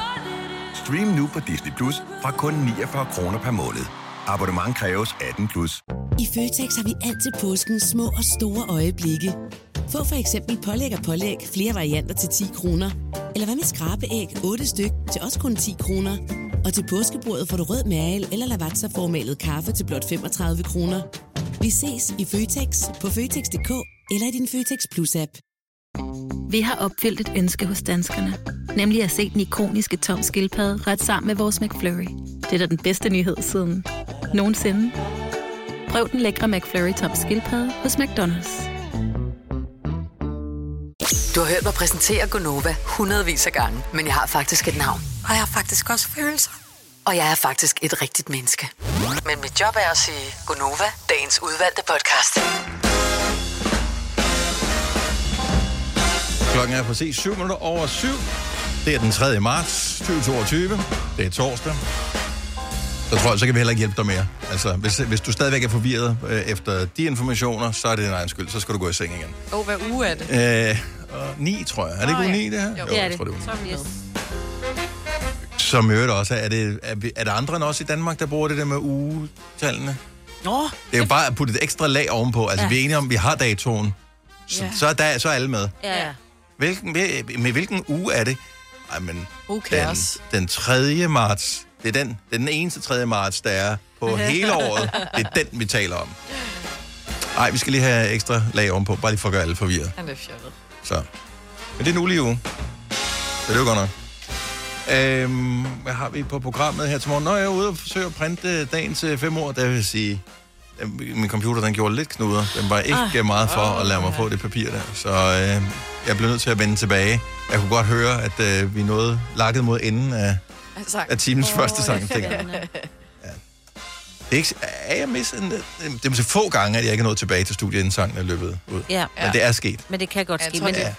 Speaker 9: Stream nu på Disney Plus fra kun 49 kroner per måned. Abonnement kræves 18 plus.
Speaker 18: I Føtex har vi altid påsken små og store øjeblikke. Få for eksempel pålæg og pålæg flere varianter til 10 kroner. Eller hvad med skrabeæg 8 styk til også kun 10 kroner. Og til påskebordet får du rød mal eller lavatserformalet kaffe til blot 35 kroner. Vi ses i Føtex på Føtex.dk eller i din Føtex Plus-app.
Speaker 12: Vi har opfyldt et ønske hos danskerne. Nemlig at se den ikoniske tom skildpadde ret sammen med vores McFlurry. Det er da den bedste nyhed siden nogensinde. Prøv den lækre McFlurry tom skildpadde hos McDonald's.
Speaker 13: Du har hørt mig præsentere Gonova hundredvis af gange, men jeg har faktisk et navn.
Speaker 19: Og jeg har faktisk også følelser.
Speaker 13: Og jeg er faktisk et rigtigt menneske. Men mit job er at sige Gonova, dagens udvalgte podcast.
Speaker 1: Klokken er præcis 7 minutter over 7. Det er den 3. marts 2022. Det er torsdag. Så tror jeg, så kan vi heller ikke hjælpe dig mere. Altså, hvis, hvis du stadigvæk er forvirret øh, efter de informationer, så er det din egen skyld. Så skal du gå i seng igen.
Speaker 2: Åh, oh, hvad uge er det?
Speaker 1: Øh, 9, tror jeg. Er det ikke
Speaker 2: Nå,
Speaker 1: uge
Speaker 2: ja.
Speaker 1: 9, det her?
Speaker 2: Jo,
Speaker 1: jeg
Speaker 2: det er det.
Speaker 1: tror, det er uge
Speaker 2: Som yes.
Speaker 1: ni. Som i øvrigt også er, er det, er, vi- er der andre end os i Danmark, der bruger det der med ugetallene?
Speaker 4: Nå,
Speaker 1: Det er jo bare at putte et ekstra lag ovenpå. Altså,
Speaker 4: Ja.
Speaker 1: ja. vi er enige om, at vi har datoen. Så,
Speaker 4: Ja.
Speaker 1: ja. så, er der, så er alle med.
Speaker 4: ja. ja.
Speaker 1: Hvilken, med, med hvilken uge er det? Ej, men
Speaker 2: Who
Speaker 1: den,
Speaker 2: cares?
Speaker 1: den 3. marts. Det er den, det er den eneste 3. marts, der er på hele året. Det er den, vi taler om. Nej, vi skal lige have ekstra lag ovenpå, bare lige for at gøre alle forvirret.
Speaker 2: Han er fjollet.
Speaker 1: Så. Men det er en ulig uge. Så det er jo godt nok. Øhm, hvad har vi på programmet her til morgen? Nå, jeg er ude og forsøge at printe dagens øh, fem ord, der vil sige... øh, Min computer, den gjorde lidt knuder. Den var ikke
Speaker 20: Ah.
Speaker 1: ah, meget for at lade mig få det papir der. Så øh, jeg blev nødt til at vende tilbage. Jeg kunne godt høre, at øh, vi nåede lakket mod enden af...
Speaker 2: Sang.
Speaker 1: Altså, Af timens første sang,
Speaker 2: ja.
Speaker 1: tænker jeg. Det er, ikke, s- er jeg misset en, øh, det er så få gange, at jeg ikke er nået tilbage til studiet, inden sangen er løbet ud.
Speaker 4: Ja.
Speaker 1: Men det er sket.
Speaker 4: Men det kan godt
Speaker 2: Ja, jeg
Speaker 4: ske.
Speaker 2: tror,
Speaker 4: Men
Speaker 2: det
Speaker 4: det,
Speaker 2: er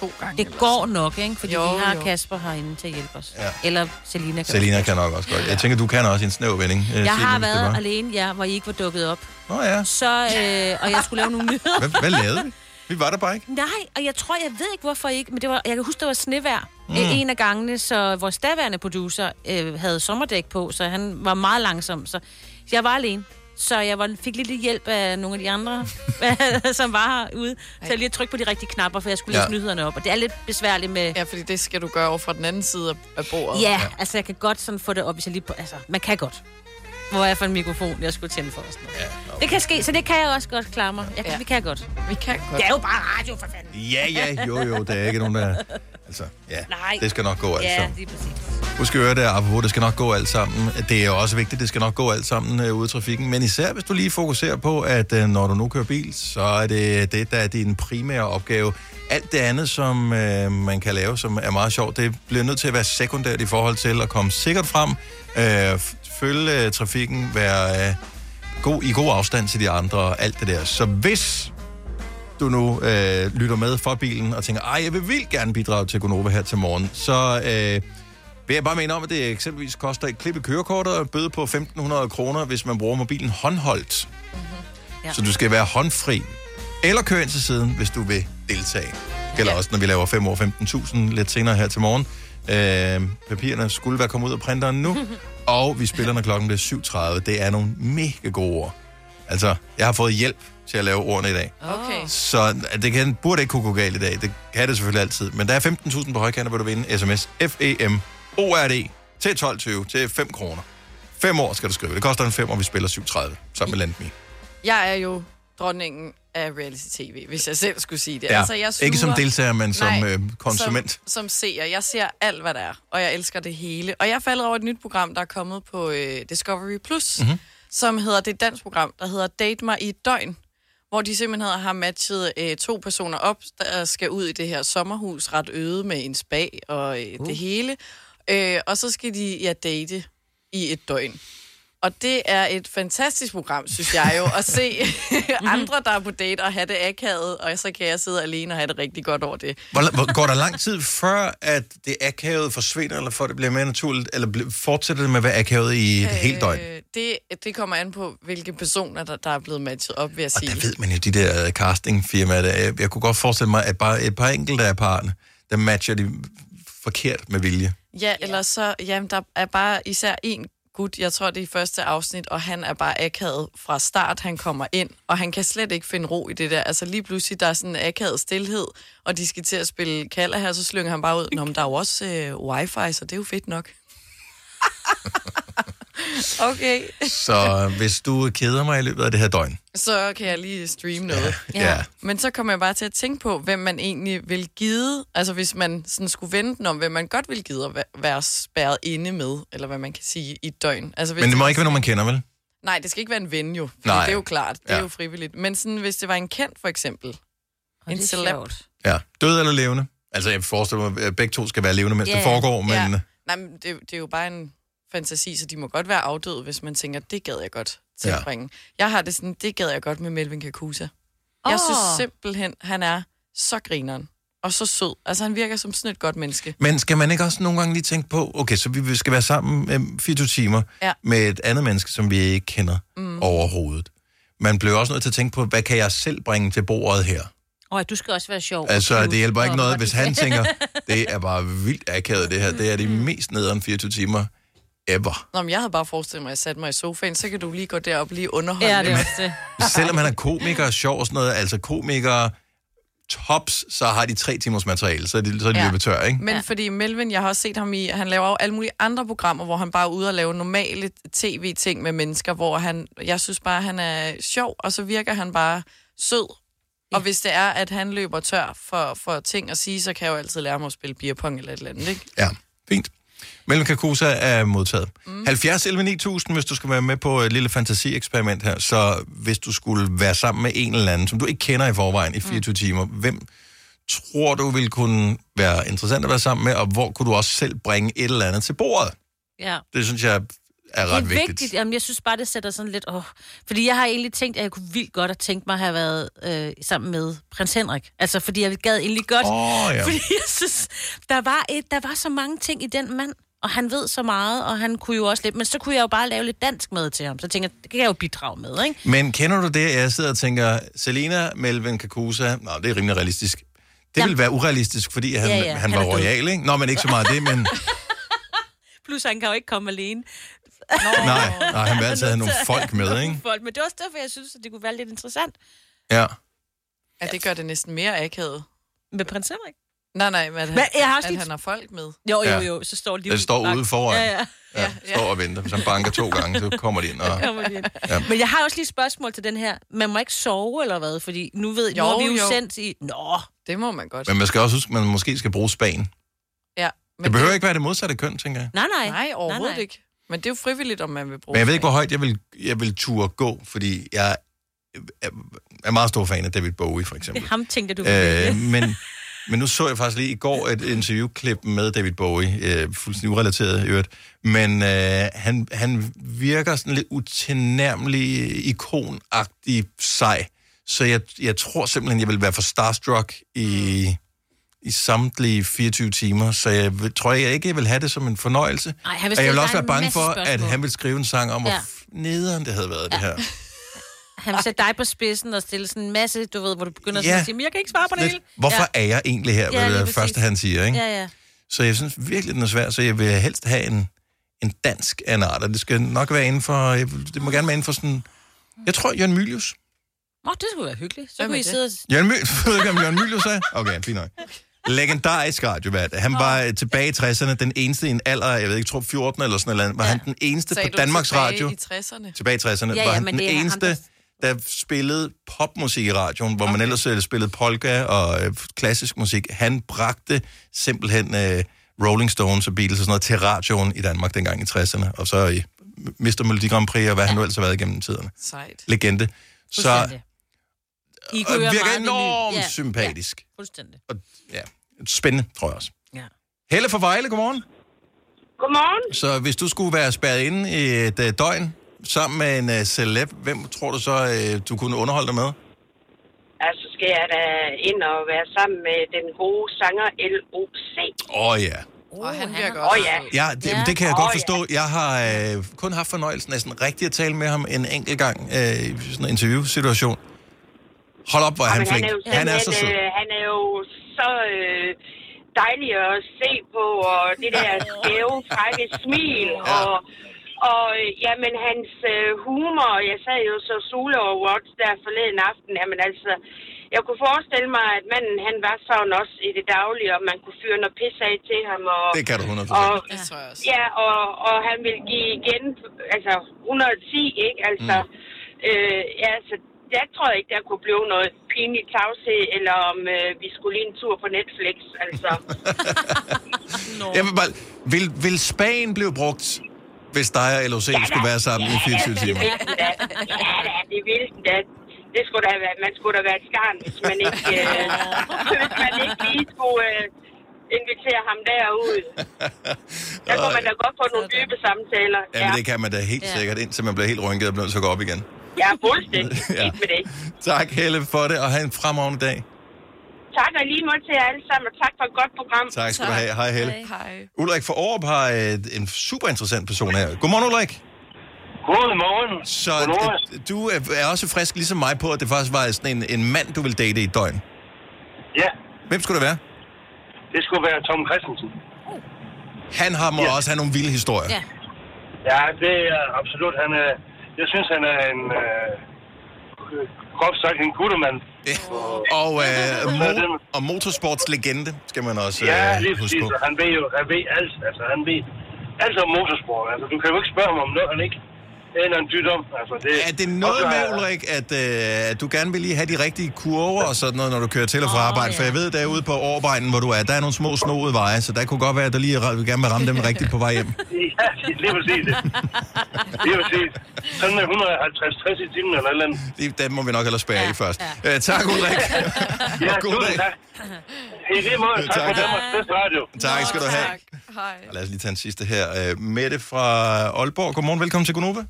Speaker 2: To gange.
Speaker 4: det går nok, ikke? Fordi
Speaker 2: Jo,
Speaker 4: jo, vi har
Speaker 2: jo.
Speaker 4: jo. Kasper herinde til at hjælpe os.
Speaker 1: Ja.
Speaker 4: Eller Selina kan
Speaker 1: Selina
Speaker 4: også.
Speaker 1: kan nok også godt. Jeg tænker, du kan også i en snæv vending. øh,
Speaker 4: Jeg
Speaker 1: Signe,
Speaker 4: har
Speaker 1: hvis det
Speaker 4: været
Speaker 1: var.
Speaker 4: alene, ja, hvor I ikke var dukket op.
Speaker 1: Nå ja.
Speaker 4: Så, øh, og jeg skulle lave nogle nyheder.
Speaker 1: Hvad, hvad lavede vi? Vi var der bare ikke.
Speaker 4: Nej, og jeg tror, jeg ved ikke, hvorfor I ikke, men det var, jeg kan huske, det var snevejr
Speaker 1: Mm.
Speaker 4: mm. en af gangene, så vores daværende producer øh, havde sommerdæk på, så han var meget langsom, så jeg var alene. Så jeg var, fik lidt hjælp af nogle af de andre, som var herude, til at lige at trykke på de rigtige knapper, for jeg skulle
Speaker 2: Ja.
Speaker 4: læse nyhederne op. Og det er lidt besværligt med...
Speaker 2: Ja, fordi det skal du gøre over fra den anden side af- af bordet.
Speaker 4: Ja, altså jeg kan godt sådan få det op, hvis jeg lige... på- Altså, man kan godt. Hvor er jeg for en mikrofon, jeg skulle tænde for og sådan noget.
Speaker 1: Ja,
Speaker 4: Det kan ske, så det kan jeg også godt klare mig. Jeg kan, ja. Vi kan godt.
Speaker 2: Vi kan
Speaker 4: Det er jo bare radio, for fanden.
Speaker 1: Ja, ja, jo, jo, der er ikke nogen, der... Altså, ja,
Speaker 4: Nej.
Speaker 1: det skal nok gå altså. alt
Speaker 4: Ja,
Speaker 1: sammen.
Speaker 4: lige præcis.
Speaker 1: Husk at høre det, apropos, det skal nok gå alt sammen. Det er jo også vigtigt, det skal nok gå alt sammen øh, ude i trafikken. Men især hvis du lige fokuserer på, at øh, når du nu kører bil, så er det det, der er din primære opgave. Alt det andet, som øh, man kan lave, som er meget sjovt, det bliver nødt til at være sekundært i forhold til at komme sikkert frem, øh, f- følge øh, trafikken, være øh, god, i god afstand til de andre og alt det der. Så hvis du nu øh, lytter med for bilen og tænker, ej, jeg vil vildt gerne bidrage til Gonova her til morgen, så øh, vil jeg bare mene om, at det eksempelvis koster et klip i kørekortet og en bøde på 1.500 kroner, hvis man bruger mobilen håndholdt. Mm-hmm.
Speaker 4: Ja.
Speaker 1: Ja. Så du skal være håndfri. eller kør ind til siden, hvis du vil deltage. Det gælder også, når vi laver 5 år 15.000 lidt senere her til morgen. Øh, papirerne skulle være kommet ud af printeren nu, og vi spiller, når klokken bliver 7.30. Det er nogle mega gode ord. Altså, jeg har fået hjælp til at lave ordene i dag.
Speaker 2: Okay.
Speaker 1: Så det kan, burde ikke kunne gå galt i dag. Det kan det selvfølgelig altid. Men der er 15.000 på højkanter, hvor du vinde sms FEM ORD til 12.20 til 5 kroner. 5 år skal du skrive. Det koster en 5, og vi spiller 7.30 sammen med Landmi.
Speaker 2: Jeg er jo dronningen af reality-tv, hvis jeg selv skulle sige det. Altså,
Speaker 1: Ja,
Speaker 2: jeg
Speaker 1: ikke som
Speaker 2: sluger-
Speaker 1: deltager, men som, øh, konsument.
Speaker 2: Som, som seer. Jeg ser alt, hvad der er, og jeg elsker det hele. Og jeg faldt over et nyt program, der er kommet på øh, Discovery+, Plus,
Speaker 17: Mhm.
Speaker 2: mm-hmm. som hedder, det er et dansk program, der hedder Date mig i et døgn, hvor de simpelthen har matchet øh, to personer op, der skal ud i det her sommerhus, ret øde med en spa og øh, uh. det hele. Øh, og så skal de ja, date i et døgn. Og det er et fantastisk program, synes jeg jo, at se
Speaker 1: Mhm.
Speaker 2: andre, der er på date og have det akavet, og så kan jeg sidde alene og have det rigtig godt over det.
Speaker 1: Hvor, hvor, går der lang tid før, at det akavet forsvinder, eller for det bliver mere naturligt, eller bl- fortsætter det med at være akavet i et øh, helt døgn?
Speaker 2: Øh, det, det kommer an på, hvilke personer, der, der er blevet matchet op, vil jeg sige.
Speaker 1: Ved man jo, de der øh, castingfirmaer, der, jeg, jeg kunne godt forestille mig, at bare et par enkelte af parerne, der matcher de forkert med vilje.
Speaker 2: Ja, eller så, jamen, der er bare især en gut, jeg tror, det er i første afsnit, og han er bare akavet fra start, han kommer ind, og han kan slet ikke finde ro i det der. Altså lige pludselig, der er sådan en akavet stillhed, og de skal til at spille kalder her, så slynger han bare ud, Nå, men der er jo også øh, wifi, så det er jo fedt nok. okay,
Speaker 1: Så øh, hvis du keder mig i løbet af det her døgn,
Speaker 2: så kan jeg lige streame noget.
Speaker 1: Ja. Ja.
Speaker 2: Men så kommer jeg bare til at tænke på, hvem man egentlig vil gide, altså hvis man sådan skulle vente den om, hvem man godt vil gide at væ- være spærret inde med, eller hvad man kan sige, i et døgn. Altså, hvis
Speaker 1: men det må ikke være
Speaker 2: var-
Speaker 1: nogen, man kender, vel?
Speaker 2: Nej, det skal ikke være en ven jo, for
Speaker 1: Nej.
Speaker 2: det er jo klart, det er
Speaker 1: Ja.
Speaker 2: jo frivilligt. Men sådan, hvis det var en kendt, for eksempel, en celeb.
Speaker 1: Ja. Død eller levende? Altså, jeg forestiller mig, at begge to skal være levende, mens yeah. det foregår, men...
Speaker 2: Ja. Nej, men det, det er jo bare en fantasi, så de må godt være afdøde, hvis man tænker, det gad jeg godt tilbringe. Ja. Jeg har det sådan, det gad jeg godt med Melvin Kakusa. Oh. Jeg
Speaker 17: Åh.
Speaker 2: synes simpelthen, han er så grineren og så sød. Altså, han virker som sådan et godt menneske.
Speaker 1: Men skal man ikke også nogle gange lige tænke på, okay, så vi skal være sammen øhm, 24 timer
Speaker 2: Ja.
Speaker 1: med et andet menneske, som vi ikke kender mm. overhovedet. Man bliver også nødt til at tænke på, hvad kan jeg selv bringe til bordet her?
Speaker 4: Åh, du skal også være sjov.
Speaker 1: Altså, det hjælper ikke
Speaker 4: Og-
Speaker 1: noget,
Speaker 4: og-
Speaker 1: hvis han tænker, det er bare vildt akavet det her. Det er
Speaker 2: Mm.
Speaker 1: de mest nederen 24 timer ever.
Speaker 2: Nå, men jeg havde bare forestillet mig, at jeg satte mig i sofaen, så kan du lige gå derop og lige underholde
Speaker 4: Ja, det er
Speaker 2: lidt.
Speaker 4: også det.
Speaker 1: Selvom han er komiker og sjov og sådan noget, altså komikere tops, så har de tre timers materiale, så er de, så er de ja. løbet tør, ikke?
Speaker 2: Men ja. fordi Melvin, jeg har også set ham i, han laver jo alle mulige andre programmer, hvor han bare er ude og lave normale tv-ting med mennesker, hvor han, jeg synes bare, han er sjov, og så virker han bare sød. Ja. Og hvis det er, at han løber tør for, for ting at sige, så kan jeg jo altid lære ham at spille beer pong eller et eller andet, ikke?
Speaker 1: Ja, fint. Mellem Kakusa er modtaget. Mm. 70 11 9000, hvis du skal være med på et lille fantasieksperiment her. Så hvis du skulle være sammen med en eller anden, som du ikke kender i forvejen i 24 mm. timer, hvem tror du ville kunne være interessant at være sammen med, og hvor kunne du også selv bringe et eller andet til bordet?
Speaker 4: Ja.
Speaker 1: Det synes jeg er ret
Speaker 4: det er
Speaker 1: vigtigt.
Speaker 4: vigtigt. Jamen, jeg synes bare, det sætter sådan lidt... Åh. Fordi jeg har egentlig tænkt, at jeg kunne vildt godt have tænkt mig at have været øh, sammen med prins Henrik. Altså, fordi jeg gad egentlig godt.
Speaker 1: Åh, ja.
Speaker 4: Fordi jeg synes, der var, et, der var så mange ting i den mand. Og han ved så meget, og han kunne jo også lidt... Men så kunne jeg jo bare lave lidt dansk med til ham. Så tænker jeg, det kan jeg jo bidrage med, ikke?
Speaker 1: Men kender du det, at jeg sidder og tænker, Selena, Melvin, Kakusa, nå, det er rimelig realistisk. Det ja. ville være urealistisk, fordi han, ja, ja. han, han var
Speaker 4: er død.
Speaker 1: royal, ikke? Nå, men ikke så meget det, men...
Speaker 4: Plus, han kan jo ikke komme alene.
Speaker 1: Nej, nej, han vil altid have nogle folk med, ikke?
Speaker 4: Nogle folk, men det er også derfor, jeg synes, at det kunne være lidt interessant
Speaker 1: Ja.
Speaker 2: Ja, det gør det næsten mere akavet.
Speaker 4: med prins Henrik.
Speaker 2: Nej, nej, men at,
Speaker 4: Men
Speaker 2: han,
Speaker 4: jeg har
Speaker 2: at
Speaker 4: også lige-
Speaker 2: han har folk med.
Speaker 4: Jo,
Speaker 1: Ja.
Speaker 4: jo, jo, så står de
Speaker 1: Den står
Speaker 4: bak.
Speaker 1: ude foran.
Speaker 4: Ja, ja.
Speaker 1: Ja,
Speaker 4: ja.
Speaker 1: står og venter. Hvis han banker to gange, så kommer de ind. Og...
Speaker 4: Kommer de ind.
Speaker 1: Ja.
Speaker 4: Men jeg har også lige et spørgsmål til den her. Man må ikke sove eller hvad? Fordi nu ved jo,
Speaker 2: Jo,
Speaker 4: nu er vi jo,
Speaker 2: jo.
Speaker 4: sendt i... Nå,
Speaker 2: det må man godt.
Speaker 1: Men man skal også huske, at man måske skal bruge spagen.
Speaker 2: Ja,
Speaker 1: Det behøver ikke være det modsatte køn, tænker jeg.
Speaker 4: Nej, nej.
Speaker 2: Nej, overhovedet
Speaker 4: Nej,
Speaker 2: nej,
Speaker 4: nej.
Speaker 2: nej. ikke. Men det er jo frivilligt, om man vil bruge
Speaker 1: Men jeg ved ikke, hvor
Speaker 2: det.
Speaker 1: højt jeg vil, jeg vil ture gå, fordi jeg er- er meget stor fan af David Bowie, for
Speaker 4: det
Speaker 1: eksempel.
Speaker 4: er ham, tænkte jeg, du ville
Speaker 1: Øh,
Speaker 4: vælge.
Speaker 1: men, men nu så jeg faktisk lige i går et interviewklip med David Bowie, øh, fuldstændig urelateret i øvrigt, men øh, han, han virker sådan lidt utilnærmelig ikonagtig sej, så jeg, jeg tror simpelthen, jeg vil være for starstruck i, i samtlige 24 timer, så jeg vil- tror jeg ikke, jeg vil have det som en fornøjelse.
Speaker 4: Ej, han vil
Speaker 1: og jeg vil
Speaker 4: stille
Speaker 1: også
Speaker 4: dig
Speaker 1: være
Speaker 4: en
Speaker 1: bange
Speaker 4: masse
Speaker 1: for,
Speaker 4: spørgsmål.
Speaker 1: at han vil skrive en sang om, hvor
Speaker 4: Ja.
Speaker 1: f- nederen det havde været, det her.
Speaker 4: Han vil sætte dig på spidsen og stille sådan en masse, du ved, hvor du begynder
Speaker 1: Ja.
Speaker 4: sådan at sige, men jeg kan ikke svare på det hele.
Speaker 1: Lidt, hvorfor
Speaker 4: ja.
Speaker 1: er jeg egentlig her?
Speaker 4: Ja,
Speaker 1: Hvad ja,
Speaker 4: lige
Speaker 1: det
Speaker 4: præcis.
Speaker 1: første, han siger, ikke?
Speaker 4: Ja, ja.
Speaker 1: Så jeg synes virkelig, den er svær, så jeg vil helst have en, en dansk anart, og det skal nok være inden for, jeg, vil- det må gerne være inden for sådan, jeg tror Jørgen Mylius.
Speaker 4: Nå, det skulle være hyggeligt. Så
Speaker 2: Hvem
Speaker 4: kunne
Speaker 2: er
Speaker 4: I
Speaker 2: det?
Speaker 4: sidde og...
Speaker 1: Jørgen Mylius, ved ikke, om Jørgen Mylius er? Okay, fint nok. Legendarisk radiovært. Han var øh, tilbage i 60'erne den eneste i en alder, af, jeg ved ikke, tror 14 eller sådan noget, var han den eneste
Speaker 2: Sagde
Speaker 1: på
Speaker 2: du
Speaker 1: Danmarks
Speaker 2: tilbage
Speaker 1: Radio.
Speaker 2: i 60'erne?
Speaker 1: Tilbage i 60'erne,
Speaker 2: Ja,
Speaker 1: ja,
Speaker 2: ja,
Speaker 1: var han
Speaker 2: men
Speaker 1: den
Speaker 2: det er ham,
Speaker 1: eneste, der spillede popmusik i radioen, hvor okay. man ellers øh, spillede polka og øh, klassisk musik. Han bragte simpelthen øh, Rolling Stones og Beatles og sådan noget til radioen i Danmark dengang i 60'erne, og så i Mr. Melodi Grand Prix og hvad han nu ellers har været gennem tiderne.
Speaker 2: Sejt.
Speaker 1: Legende. Så
Speaker 4: Fuldstændig. I
Speaker 1: og
Speaker 4: kunne høre
Speaker 1: Øh, virker
Speaker 4: meget
Speaker 1: enormt
Speaker 4: vinyl.
Speaker 1: sympatisk.
Speaker 4: Ja, fuldstændig.
Speaker 1: ja, spændende, tror jeg også.
Speaker 4: Ja.
Speaker 1: Helle fra Vejle, godmorgen.
Speaker 14: Godmorgen.
Speaker 1: Så hvis du skulle være spærret inde i et øh, døgn sammen med en øh, celeb, hvem tror du så, øh, du kunne underholde dig med?
Speaker 14: Altså skal jeg da ind og være sammen med den gode sanger L.O.C.
Speaker 1: Åh oh, ja.
Speaker 2: Uh, og han virker
Speaker 14: Åh
Speaker 2: også.
Speaker 14: ja.
Speaker 1: Ja, det, ja. det kan jeg oh, godt forstå. Ja. Jeg har øh, kun haft fornøjelsen af sådan rigtig at tale med ham en enkelt gang øh, i sådan en interviewsituation. Hold op, hvor er han
Speaker 14: Jamen,
Speaker 1: flink.
Speaker 14: er jo
Speaker 1: Han er så
Speaker 14: simpelthen,
Speaker 1: sød.
Speaker 14: øh, Han er jo så øh, dejlig at se på, og det der skæve, frække smil, ja. og, og øh, jamen, hans øh, humor. Jeg sad jo så solo og watch der forleden aften. Jamen altså, jeg kunne forestille mig, at manden han var sådan også i det daglige, og man kunne fyre noget pis af til ham. Og,
Speaker 1: Det kan du 100%.
Speaker 14: Og,
Speaker 2: Det tror jeg også.
Speaker 14: Ja, og, og han vil give igen, altså 110, ikke? Altså, mm. øh, ja, så jeg tror ikke, der kunne blive noget pinligt tavshed, eller om øh, vi skulle lige en tur på Netflix, altså.
Speaker 1: Jeg vil, bare, vil, vil Spanien blive brugt, hvis dig og LOC ja, skulle være sammen i 24 timer?
Speaker 14: Ja, da. ja da, det ville den da. Det skulle da være, man skulle da være et skarn, hvis man ikke, øh, hvis man ikke lige skulle øh, invitere ham derud. Der kunne man da godt få nogle dybe samtaler.
Speaker 1: Jamen, det kan man da helt sikkert, indtil man bliver helt rynket og bliver nødt til at gå op igen.
Speaker 14: Jeg er fuldstændig
Speaker 1: Ja.
Speaker 14: ja. med det.
Speaker 1: Tak, Helle, for det, og have en fremragende dag.
Speaker 14: Tak og i lige måde til jer alle sammen, og tak for et godt program.
Speaker 1: Tak skal du have. Hej, Helle.
Speaker 2: Hej.
Speaker 1: Ulrik fra Aarup har øh, en super interessant person her. Godmorgen, Ulrik.
Speaker 19: Godmorgen.
Speaker 1: Så Godmorgen. du er- er også frisk ligesom mig på, at det faktisk var sådan en, en mand, du ville date i et døgn.
Speaker 19: Ja,
Speaker 1: Hvem skulle det være?
Speaker 19: det skulle være Tom Christensen.
Speaker 1: Han har må ja. også have nogle vilde historier.
Speaker 19: Ja. Ja, det er absolut. Han er, jeg synes, han er en... Øh, groft sagt en guttermand.
Speaker 1: Ja. Og, øh, mo- og motorsportslegende skal man også
Speaker 19: Ja,
Speaker 1: øh,
Speaker 19: lige
Speaker 1: huske
Speaker 19: præcis.
Speaker 1: på.
Speaker 19: Og Han ved jo, han ved alt. Altså, han ved alt om motorsport. Altså, du kan jo ikke spørge ham om noget, han ikke aner en dyt om. Altså, det,
Speaker 1: Er det noget med, Ulrik, at, øh, at du gerne vil lige have de rigtige kurver og sådan noget, når du kører til og fra arbejde? For jeg ved, derude på Årvejen, hvor du er, der er nogle små snoede veje, så der kunne godt være, at du lige ra- gerne vil ramme dem rigtigt på vej hjem.
Speaker 19: Ja, lige præcis. Lige præcis. Sådan med 150-60 i timen eller et eller andet.
Speaker 1: Det- Dem må vi nok ellers spære ja, i først. Ja. Øh, tak, Ulrik.
Speaker 19: Ja,
Speaker 1: Og god
Speaker 19: tusind tak.
Speaker 1: dag.
Speaker 19: I lige måde,
Speaker 1: Øh,
Speaker 19: tak,
Speaker 1: tak.
Speaker 19: for Danmarks bedste radio.
Speaker 1: Tak skal du have.
Speaker 2: Hej.
Speaker 1: Og lad os lige tage en sidste her. Øh, Mette fra Aalborg. Godmorgen, velkommen til Gunova.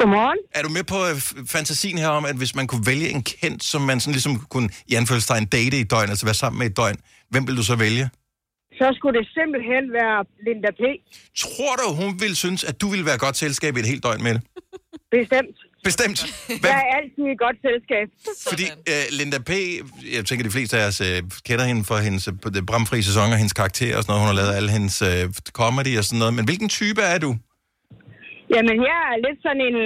Speaker 20: Godmorgen.
Speaker 1: Er du med på øh, f- fantasien her om, at hvis man kunne vælge en kendt, som man sådan ligesom kunne i anfølgelsestegn date i et døgn, altså være sammen med i et døgn, hvem vil du så vælge?
Speaker 20: Så skulle det simpelthen være Linda P.
Speaker 1: Tror du, hun ville synes, at du ville være godt selskab i et helt døgn med det?
Speaker 20: Bestemt.
Speaker 1: Bestemt.
Speaker 20: Jeg er altid i godt selskab.
Speaker 1: Fordi uh, Linda P., jeg tænker, de fleste af os uh, kender hende for hendes uh, bramfri sæson og hendes karakter og sådan noget. Hun har lavet alle hendes uh, comedy og sådan noget. Men hvilken type er du?
Speaker 20: Jamen, jeg er lidt sådan en,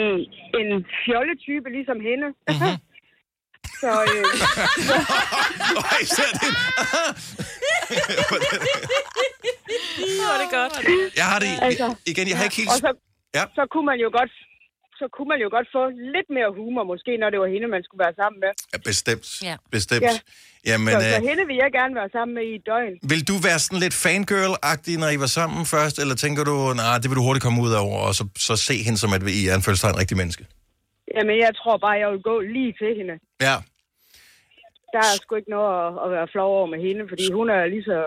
Speaker 20: en fjolletype, ligesom hende.
Speaker 1: Mhm.
Speaker 20: Mm-hmm. så, øh,
Speaker 1: Ej, ser det.
Speaker 4: Hvor er det godt.
Speaker 1: Jeg har det i- igen, jeg har ikke helt...
Speaker 20: Altså- Og så,
Speaker 1: ja.
Speaker 20: så kunne man jo godt så kunne man jo godt få lidt mere humor, måske, når det var hende, man skulle være sammen med.
Speaker 1: Ja, bestemt.
Speaker 20: Ja.
Speaker 1: Bestemt.
Speaker 20: Ja. Men,
Speaker 1: Jamen,
Speaker 20: så, så
Speaker 1: uh,
Speaker 20: hende vil jeg gerne være sammen med i et døgn.
Speaker 1: vil du være sådan lidt fangirl-agtig, når I var sammen først? Eller tænker du, nej, det vil du hurtigt komme ud af over, og så, så se hende som, at I er en følelsestegn rigtig menneske?
Speaker 20: Jamen, jeg tror bare, jeg vil gå lige til hende.
Speaker 1: Ja.
Speaker 20: Der er sgu ikke noget at, at være flov over med hende, fordi hun er lige så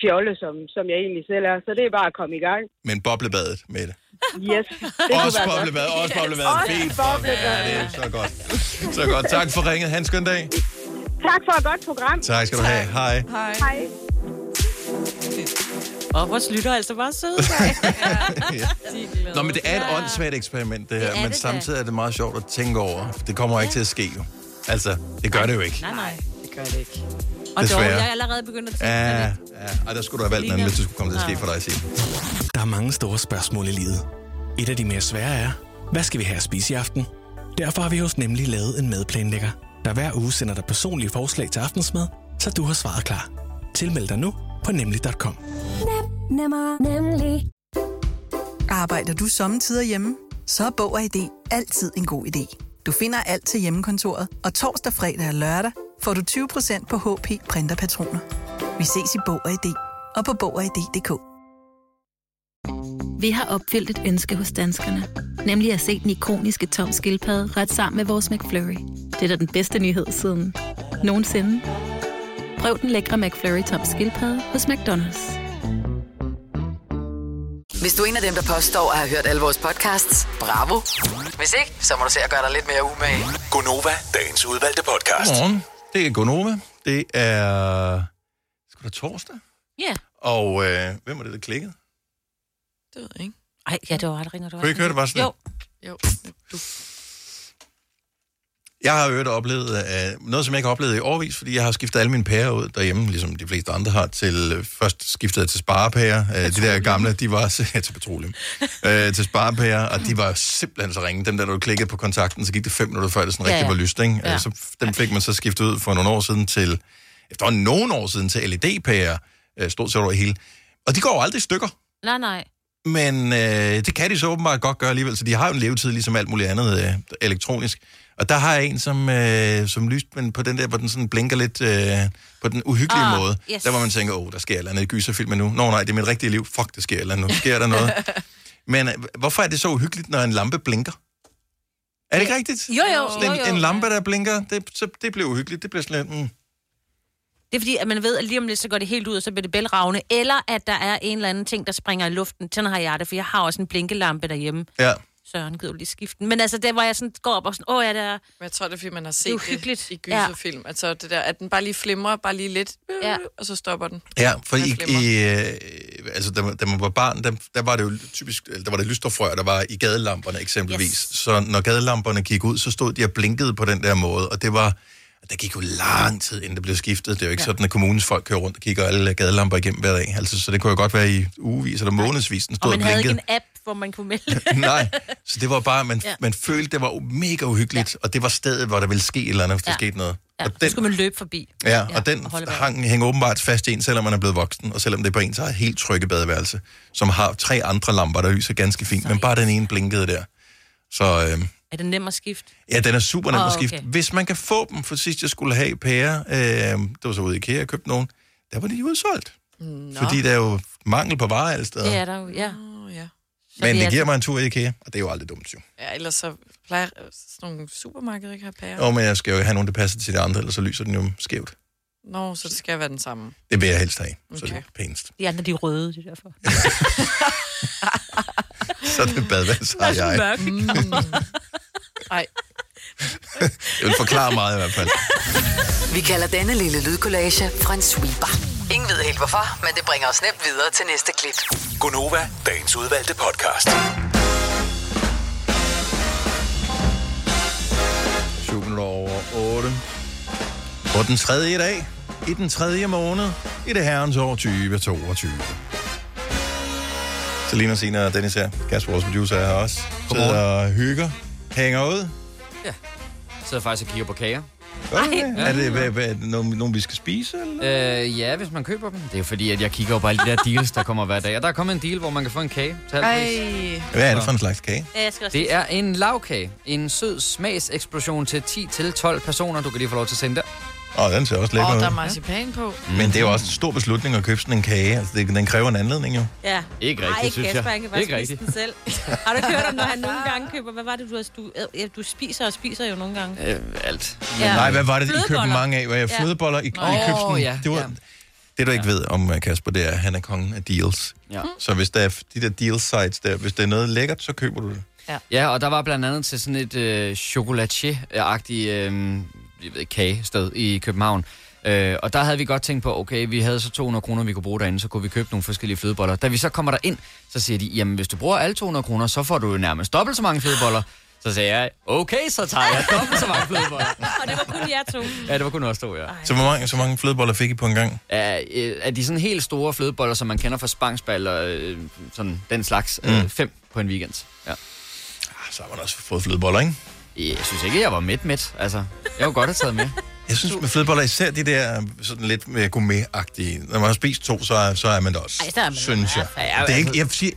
Speaker 20: fjolle, som, som jeg egentlig selv er. Så det er bare at komme i gang.
Speaker 1: Men boblebadet med det.
Speaker 20: Yes. Det kunne
Speaker 1: Også
Speaker 20: være godt.
Speaker 1: boblebad, også boblebad. Fint. Ja, det er så godt. Så godt. Tak for ringet. Han skøn dag.
Speaker 20: Tak for et godt program.
Speaker 1: Tak skal du have. Hej.
Speaker 20: Hej.
Speaker 4: Og vores lytter er altså bare søde.
Speaker 1: Nå, men det er et åndssvagt eksperiment, det her.
Speaker 4: Det er
Speaker 1: Det men
Speaker 4: det da.
Speaker 1: samtidig er det meget sjovt at tænke over. Det kommer jo ikke til at ske, jo. Altså, det gør det jo ikke.
Speaker 4: Nej, nej.
Speaker 2: Det gør det ikke.
Speaker 4: Og dog,
Speaker 1: Desværre.
Speaker 4: jeg er allerede begyndt at tænke.
Speaker 1: Ja, ja. Ej, der skulle du have valgt en anden, hvis det skulle komme til at ske for dig, Signe.
Speaker 16: Der er mange store spørgsmål i livet. Et af de mere svære er, hvad skal vi have at spise i aften? Derfor har vi hos Nemlig lavet en madplanlægger, der hver uge sender dig personlige forslag til aftensmad, så du har svaret klar. Tilmeld dig nu på nemlig.com.
Speaker 5: Nem, nemmer, nemlig. Arbejder du sommetider hjemme? Så er Bog og ID altid en god idé. Du finder alt til hjemmekontoret, og torsdag, fredag og lørdag får du 20% på HP printerpatroner. Vi ses i Bog og ID og på Bog og ID.dk.
Speaker 12: Vi har opfyldt et ønske hos danskerne. Nemlig at se den ikoniske tom skildpadde ret sammen med vores McFlurry. Det er da den bedste nyhed siden nogensinde. Prøv den lækre McFlurry tom skildpadde hos McDonald's.
Speaker 13: Hvis du er en af dem, der påstår at have hørt alle vores podcasts, bravo. Hvis ikke, så må du se at gøre dig lidt mere umage.
Speaker 1: Gonova, dagens udvalgte podcast. Godmorgen. Det er Gonova. Det er... Skal der torsdag?
Speaker 4: Ja.
Speaker 1: Og øh, hvem var det, der klikkede?
Speaker 2: Det ved jeg ikke.
Speaker 4: Ej, ja, det var ret, ringer du
Speaker 1: Kunne I ikke høre det bare sådan?
Speaker 4: Jo.
Speaker 2: Jo.
Speaker 1: Jeg har jo øvrigt oplevet øh, noget, som jeg ikke har oplevet i årvis, fordi jeg har skiftet alle mine pærer ud derhjemme, ligesom de fleste andre har, til øh, først skiftede jeg til sparepærer. Øh, de der gamle, de var så- ja, til petroleum. øh, til sparepærer, og de var simpelthen så ringe. Dem der, når du klikkede på kontakten, så gik det fem minutter før det sådan
Speaker 21: Ja,
Speaker 1: rigtig
Speaker 21: ja.
Speaker 1: var lyst, ikke?
Speaker 21: Ja.
Speaker 1: Ja. Så dem fik man så skiftet ud for nogle år siden til, efterhånden nogle år siden, til LED-pærer, øh, stort set over det hele. Og de går jo aldrig i stykker.
Speaker 4: Nej, nej.
Speaker 1: Men øh, det kan de så åbenbart godt gøre alligevel, så de har jo en levetid ligesom alt muligt andet øh, elektronisk. Og der har jeg en, som, øh, som lyst, men på den der, hvor den sådan blinker lidt øh, på den uhyggelige
Speaker 22: Ah,
Speaker 1: oh, måde.
Speaker 22: yes.
Speaker 1: Yes. Der hvor man tænker, åh, der sker et eller andet i gyserfilmen nu. Nå nej, det er mit rigtige liv. Fuck, der sker et eller andet nu. Sker der noget? Men øh, hvorfor er det så uhyggeligt, når en lampe blinker? Er det ikke rigtigt?
Speaker 4: Jo, jo,
Speaker 1: Sådan en,
Speaker 4: jo, jo.
Speaker 1: en lampe, der blinker, det, så, det bliver uhyggeligt. Det bliver sådan lidt... Mm.
Speaker 4: Det er fordi, at man ved, at lige om lidt, så går det helt ud, og så bliver det bælragende. Eller at der er en eller anden ting, der springer i luften. Sådan har jeg det, for jeg har også en blinkelampe derhjemme.
Speaker 1: Ja.
Speaker 4: Søren gider du lige skifte den. Men altså, det var jeg sådan går op og sådan, åh ja, der er...
Speaker 2: Men jeg tror, det er, fordi man har
Speaker 4: Det er
Speaker 2: set det, det i
Speaker 4: Ja.
Speaker 2: gyserfilm. Ja. Altså det der, at den bare lige flimrer, bare lige lidt, øh, og så stopper den.
Speaker 1: Ja, for
Speaker 2: Man
Speaker 1: i,
Speaker 2: glemmer.
Speaker 1: i øh, altså, da, man- da man var barn, der, der var det jo typisk, eller der var det lysterfrøer, der var i gadelamperne eksempelvis. Yes. Så når gadelamperne gik ud, så stod de og blinkede på den der måde, og det var, der gik jo lang tid, inden det blev skiftet. Det er jo ikke ja. sådan, at kommunens folk kører rundt og kigger alle gadelamper igennem hver dag. Altså, så det kunne jo godt være i ugevis eller månedsvis, den
Speaker 4: Og
Speaker 1: stod og,
Speaker 4: man havde ikke
Speaker 1: blinkede.
Speaker 4: en app, hvor man kunne melde.
Speaker 1: Nej, så det var bare, man,
Speaker 4: Ja.
Speaker 1: ja. man følte, det var mega uhyggeligt, ja. og det var stedet, hvor der ville ske et eller andet, hvis der
Speaker 4: Ja.
Speaker 1: skete noget.
Speaker 4: Ja,
Speaker 1: Og
Speaker 4: den... så skulle man løbe forbi.
Speaker 1: Ja, ja og den
Speaker 4: holde vejret.
Speaker 1: hang, hænger åbenbart fast i en, selvom man er blevet voksen, og selvom det er på ens eget helt trygge badeværelse, som har tre andre lamper, der lyser ganske fint, men bare den ene blinkede der. Så øh,
Speaker 4: Er det nem at skifte?
Speaker 1: ja, den er super nem
Speaker 4: Åh,
Speaker 1: at skifte.
Speaker 4: okay.
Speaker 1: Hvis man kan få dem, for sidst jeg skulle have pære, øh, det var så ude i IKEA, jeg købte nogen, der var de udsolgt. Nå. Fordi der er jo mangel på varer alle steder.
Speaker 4: Det er der jo, ja.
Speaker 2: Oh, ja. Så
Speaker 1: men
Speaker 2: det er
Speaker 1: det, giver
Speaker 2: altså-
Speaker 1: mig en tur i IKEA, og det er jo aldrig dumt, jo.
Speaker 2: ja, ellers så plejer øh, sådan nogle supermarkeder ikke at have pærer.
Speaker 1: Ja. Og men jeg skal jo have nogen, der passer til det andre, ellers så lyser den jo skævt.
Speaker 2: Nå, så det skal være den samme.
Speaker 1: Det vil jeg helst have, så det
Speaker 2: Okay.
Speaker 1: er pænest.
Speaker 4: De andre, de er røde, det er derfor.
Speaker 1: Så det badeværelse har jeg.
Speaker 2: Nej.
Speaker 1: Jeg vil forklare meget i hvert fald.
Speaker 13: Vi kalder denne lille lydkollage en sweeper. Ingen ved helt hvorfor, men det bringer os nemt videre til næste klip.
Speaker 21: Gonova, dagens udvalgte podcast.
Speaker 1: 7 minutter over 8. På den tredje dag, i den tredje måned, i det herrens år 2022. Selina, Sina og Dennis her. Kasper, vores producer, er her også. Sidder og hygger. Hænger ud.
Speaker 3: Jeg sidder faktisk og kigger på kager.
Speaker 1: Ej. Er det, hvad, hvad, er det nogen, nogen, vi skal spise? Eller?
Speaker 3: Øh, ja, hvis man køber dem. Det er jo fordi, at jeg kigger jo bare alle de der deals, der kommer hver dag. Og der er kommet en deal, hvor man kan få en kage til halv pris.
Speaker 1: Hvad er det for en slags kage?
Speaker 4: Ja, jeg skal også
Speaker 3: Det er en lavkage. En sød smagseksplosion til 10-12 personer. Du kan lige få lov til at sende der.
Speaker 1: Åh, den ser også lækker
Speaker 2: Og
Speaker 1: ud.
Speaker 2: der er marcipan på.
Speaker 1: Men det er jo også en stor beslutning at købe sådan en kage. Altså, det, den kræver en anledning jo.
Speaker 4: Ja.
Speaker 3: Ikke
Speaker 4: Ej,
Speaker 3: rigtigt, synes jeg.
Speaker 4: Kasper, han kan bare
Speaker 3: Ikke
Speaker 4: spise
Speaker 3: rigtigt.
Speaker 4: den selv. Har du ikke hørt om, når han nogle gange køber... Hvad var det, du har... Du, æd- ja, du spiser og spiser jo nogle gange.
Speaker 3: Øh, alt.
Speaker 4: Ja.
Speaker 1: Ja. Nej, hvad var det, I købte
Speaker 4: Flødeboller.
Speaker 1: mange af? Var jeg
Speaker 4: Ja.
Speaker 1: flødeboller i,
Speaker 4: Nå.
Speaker 1: i købsen?
Speaker 4: Åh, ja,
Speaker 1: Det, var,
Speaker 4: ja.
Speaker 1: det, du ikke ved om øh, Kasper, det er, at han er kongen af deals.
Speaker 3: Ja.
Speaker 1: Så hvis der er de der deal sites der, hvis det er noget lækkert, så køber du det.
Speaker 3: Ja, og der var blandt andet til sådan et øh, chocolatier-agtigt øh, jeg ved ikke, kagested i København, Øh, og der havde vi godt tænkt på, okay, vi havde så 200 kroner, vi kunne bruge derinde, så kunne vi købe nogle forskellige flødeboller. Da vi så kommer der ind, så siger de, jamen hvis du bruger alle 200 kroner, så får du nærmest dobbelt så mange flødeboller. Så sagde jeg, okay, så tager jeg dobbelt så mange flødeboller.
Speaker 4: Og det var kun jer to.
Speaker 3: Ja, det var kun os to, ja.
Speaker 1: Så hvor mange, så mange flødeboller fik I på en gang?
Speaker 3: Er, øh, er de sådan helt store flødeboller, som man kender fra Spangsbal og øh, sådan den slags, øh,
Speaker 1: Mm. Ah,
Speaker 3: fem på en weekend. Ja.
Speaker 1: Så har man også fået flødeboller, ikke?
Speaker 3: Jeg synes ikke, jeg var midt midt. Altså, jeg kunne godt have taget med.
Speaker 1: Jeg synes med flødeboller, især de der øh, sådan lidt mere gourmet-agtige. Når man har spist to, så, er- så er man det også,
Speaker 3: Ej, så er man det
Speaker 1: synes
Speaker 3: i
Speaker 1: jeg.
Speaker 3: hvert fald. Ja,
Speaker 1: Det er ikke,
Speaker 3: altså-
Speaker 1: jeg, siger,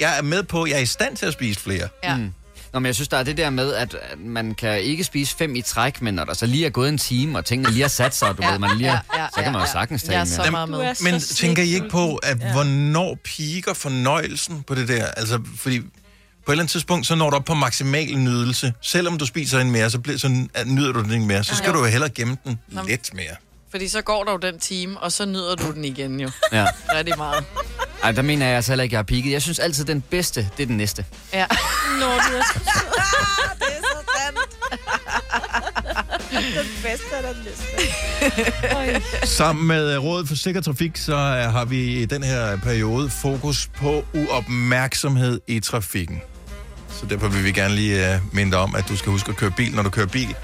Speaker 1: jeg er med på, at jeg er i stand til at spise flere.
Speaker 3: Ja. Mm. Nå, men jeg synes, der er det der med, at at man kan ikke spise fem i træk, men når der så lige er gået en time, og tingene lige har sat sig, og du
Speaker 1: Ja,
Speaker 3: ved, man lige har,
Speaker 1: ja, ja,
Speaker 3: så kan man jo sagtens tage
Speaker 1: Jeg
Speaker 3: en
Speaker 1: er så
Speaker 3: mere.
Speaker 1: meget med. Du er så Men slik, tænker I ikke på, at ja. hvornår piker fornøjelsen på det der? Altså, fordi på et eller andet tidspunkt, så når du op på maksimal nydelse. Selvom du spiser en mere, så, bliver, så nyder du den ikke mere. Så skal
Speaker 2: Ja.
Speaker 1: du jo hellere gemme den
Speaker 2: Nå, men-
Speaker 1: lidt mere.
Speaker 2: Fordi så går der jo den time, og så nyder du den igen jo.
Speaker 3: Ja.
Speaker 2: Rigtig meget.
Speaker 3: Ej, der mener jeg altså heller ikke, jeg har piket. Jeg synes altid, den bedste, det er den næste.
Speaker 2: Ja.
Speaker 4: Når du er så
Speaker 2: sød.
Speaker 17: det er så sandt. den bedste er den bedste.
Speaker 1: Sammen med øh, Rådet for Sikker Trafik, så øh, har vi i den her periode fokus på uopmærksomhed i trafikken. Så derfor vil vi gerne lige øh, minde dig om, at du skal huske at køre bil, når du kører bil.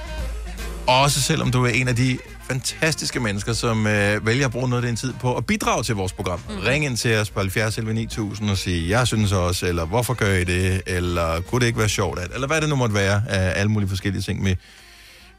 Speaker 1: Også selvom du er en af de fantastiske mennesker, som øh, vælger at bruge noget af din tid på at bidrage til vores program. Mm. Ring ind til os på 70 11 9000 og sige, jeg synes også, eller hvorfor gør I det, eller kunne det ikke være sjovt, at, eller hvad det nu måtte være af alle mulige forskellige ting, med,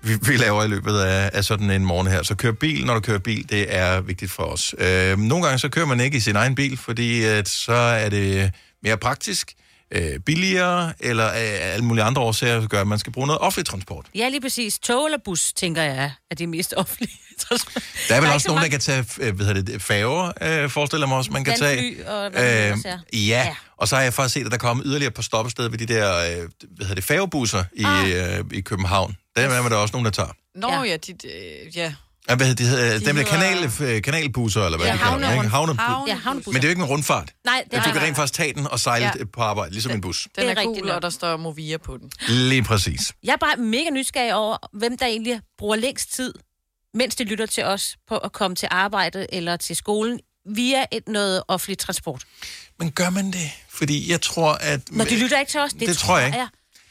Speaker 1: vi, vi laver i løbet af, af sådan en morgen her. Så kør bil, når du kører bil, det er vigtigt for os. Øh, nogle gange så kører man ikke i sin egen bil, fordi at, så er det mere praktisk, øh, billigere, eller øh, af alle mulige andre årsager, så gør, at man skal bruge noget offentlig transport.
Speaker 4: Ja, lige præcis. Tog eller bus, tænker jeg, er det mest offentlige transport.
Speaker 1: Der er vel
Speaker 4: ikke
Speaker 1: også
Speaker 4: så
Speaker 1: nogen, der
Speaker 4: mange-
Speaker 1: kan tage øh, hvad hedder det, færger, øh, forestiller jeg mig også, man kan
Speaker 4: Landfly
Speaker 1: tage. Øhm,
Speaker 4: og hvad det nu ellers er.
Speaker 1: ja. og så har jeg faktisk set, at der kommer yderligere på stoppesteder ved de der øh, hvad hedder det, færgebusser i, ah. øh, i København. Der er der også nogen, der tager.
Speaker 2: Nå ja, ja dit, øh, ja.
Speaker 1: Ja, hvad hedder de? hedder?
Speaker 2: De
Speaker 1: Dem der
Speaker 2: hedder-
Speaker 1: kanal, øh, kanalbusser, eller hvad
Speaker 2: Ja,
Speaker 1: de kalder dem, ikke?
Speaker 2: havnerund-
Speaker 1: Havne-
Speaker 2: havne- Ja, havnebusser.
Speaker 1: Men det er jo ikke en rundfart.
Speaker 4: Nej, det
Speaker 1: At
Speaker 4: har
Speaker 1: du kan
Speaker 4: jeg-
Speaker 1: rent faktisk tage den og sejle
Speaker 4: Ja.
Speaker 1: ja. på arbejde, ligesom en bus.
Speaker 2: Den
Speaker 4: Det
Speaker 2: det
Speaker 4: er
Speaker 2: er, er
Speaker 4: rigtigt
Speaker 2: gul,
Speaker 4: nok.
Speaker 2: og der står Movia på den.
Speaker 1: Lige præcis.
Speaker 4: Jeg er bare mega nysgerrig over, hvem der egentlig bruger længst tid, mens de lytter til os, på at komme til arbejde eller til skolen, via et noget offentlig transport.
Speaker 1: Men gør man det? Fordi jeg tror, at...
Speaker 4: Når de lytter ikke til os, det,
Speaker 1: Det tror jeg ikke.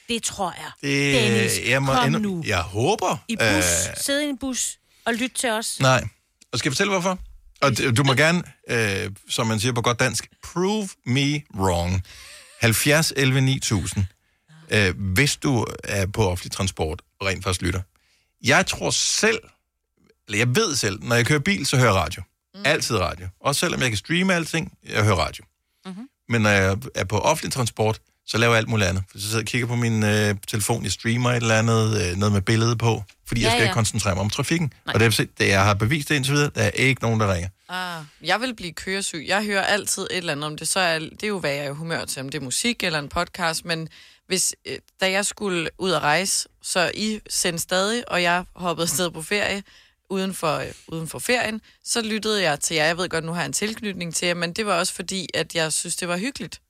Speaker 4: Det tror jeg.
Speaker 1: Det,
Speaker 4: Dennis,
Speaker 1: jeg
Speaker 4: kom
Speaker 1: endnu-
Speaker 4: nu.
Speaker 1: Jeg håber.
Speaker 4: I bus, øh... sidde i en bus og lytte til os.
Speaker 1: nej. Og skal jeg fortælle, hvorfor? Og d- du må gerne, øh, som man siger på godt dansk, prove me wrong. 70 11 9000. Øh, hvis du er på offentlig transport og rent faktisk lytter. Jeg tror selv, eller jeg ved selv, når jeg kører bil, så hører jeg radio. Mm. Altid radio. Også selvom jeg kan streame alting, jeg hører radio. Mm-hmm. Men når jeg er på offentlig transport, så laver jeg alt muligt andet. Så sidder jeg og kigger på min øh, telefon, jeg streamer et eller andet, øh, noget med billede på, fordi ja,
Speaker 2: Ja,
Speaker 1: jeg skal
Speaker 2: ja.
Speaker 1: ja. koncentrere mig om trafikken. Nej. Og det, har jeg set- det, jeg har bevist det indtil videre, der er ikke nogen, der ringer.
Speaker 2: Ah, jeg vil blive køresyg. Jeg hører altid et eller andet om det. Så er, det er jo, hvad jeg er i humør til, om det er musik eller en podcast. Men hvis, øh, da jeg skulle ud og rejse, så I sendte stadig, og jeg hoppede afsted på ferie uden for, øh, uden for ferien, så lyttede jeg til jer. Jeg ved godt, nu har jeg en tilknytning til jer, men det var også fordi, at jeg synes, det var hyggeligt.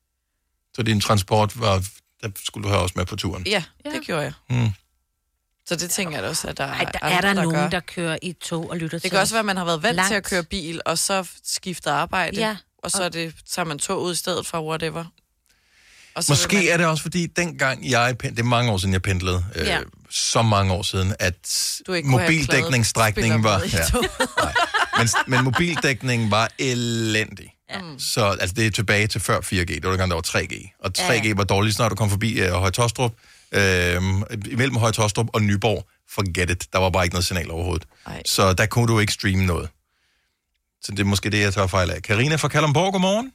Speaker 1: Så din transport var, der skulle du have også med på turen.
Speaker 2: Ja, ja. det gjorde jeg.
Speaker 1: Mm.
Speaker 2: Så det tænker jeg da også, at der,
Speaker 4: Ej, der er
Speaker 2: andre,
Speaker 4: der nogen,
Speaker 2: gør.
Speaker 4: der kører i tog og lytter til
Speaker 2: Det kan
Speaker 4: os.
Speaker 2: også være, at man har været vant Langt. til at
Speaker 4: Langt.
Speaker 2: køre bil, og så skifter arbejde,
Speaker 4: Ja.
Speaker 2: ja. og så er det, tager man tog ud i stedet for whatever. Og så vil
Speaker 1: Måske man... er det også fordi, dengang jeg pendlede, det er mange år siden, jeg pendlede, øh,
Speaker 2: Ja.
Speaker 1: ja. så mange år siden, at mobildækningsstrækningen var... Ja. Men, men mobildækningen var elendig. Ja. Så altså, det er tilbage til før 4G. Det var dengang, der var 3G. Og 3G var dårligt, snart du kom forbi øh, Høje Tostrup. Øh, imellem Høje Tostrup og Nyborg. Forget it. Der var bare ikke noget signal overhovedet. Ej. Så der kunne du ikke streame noget. Så det er måske det, jeg tager fejl af. Karina fra Kalundborg, godmorgen.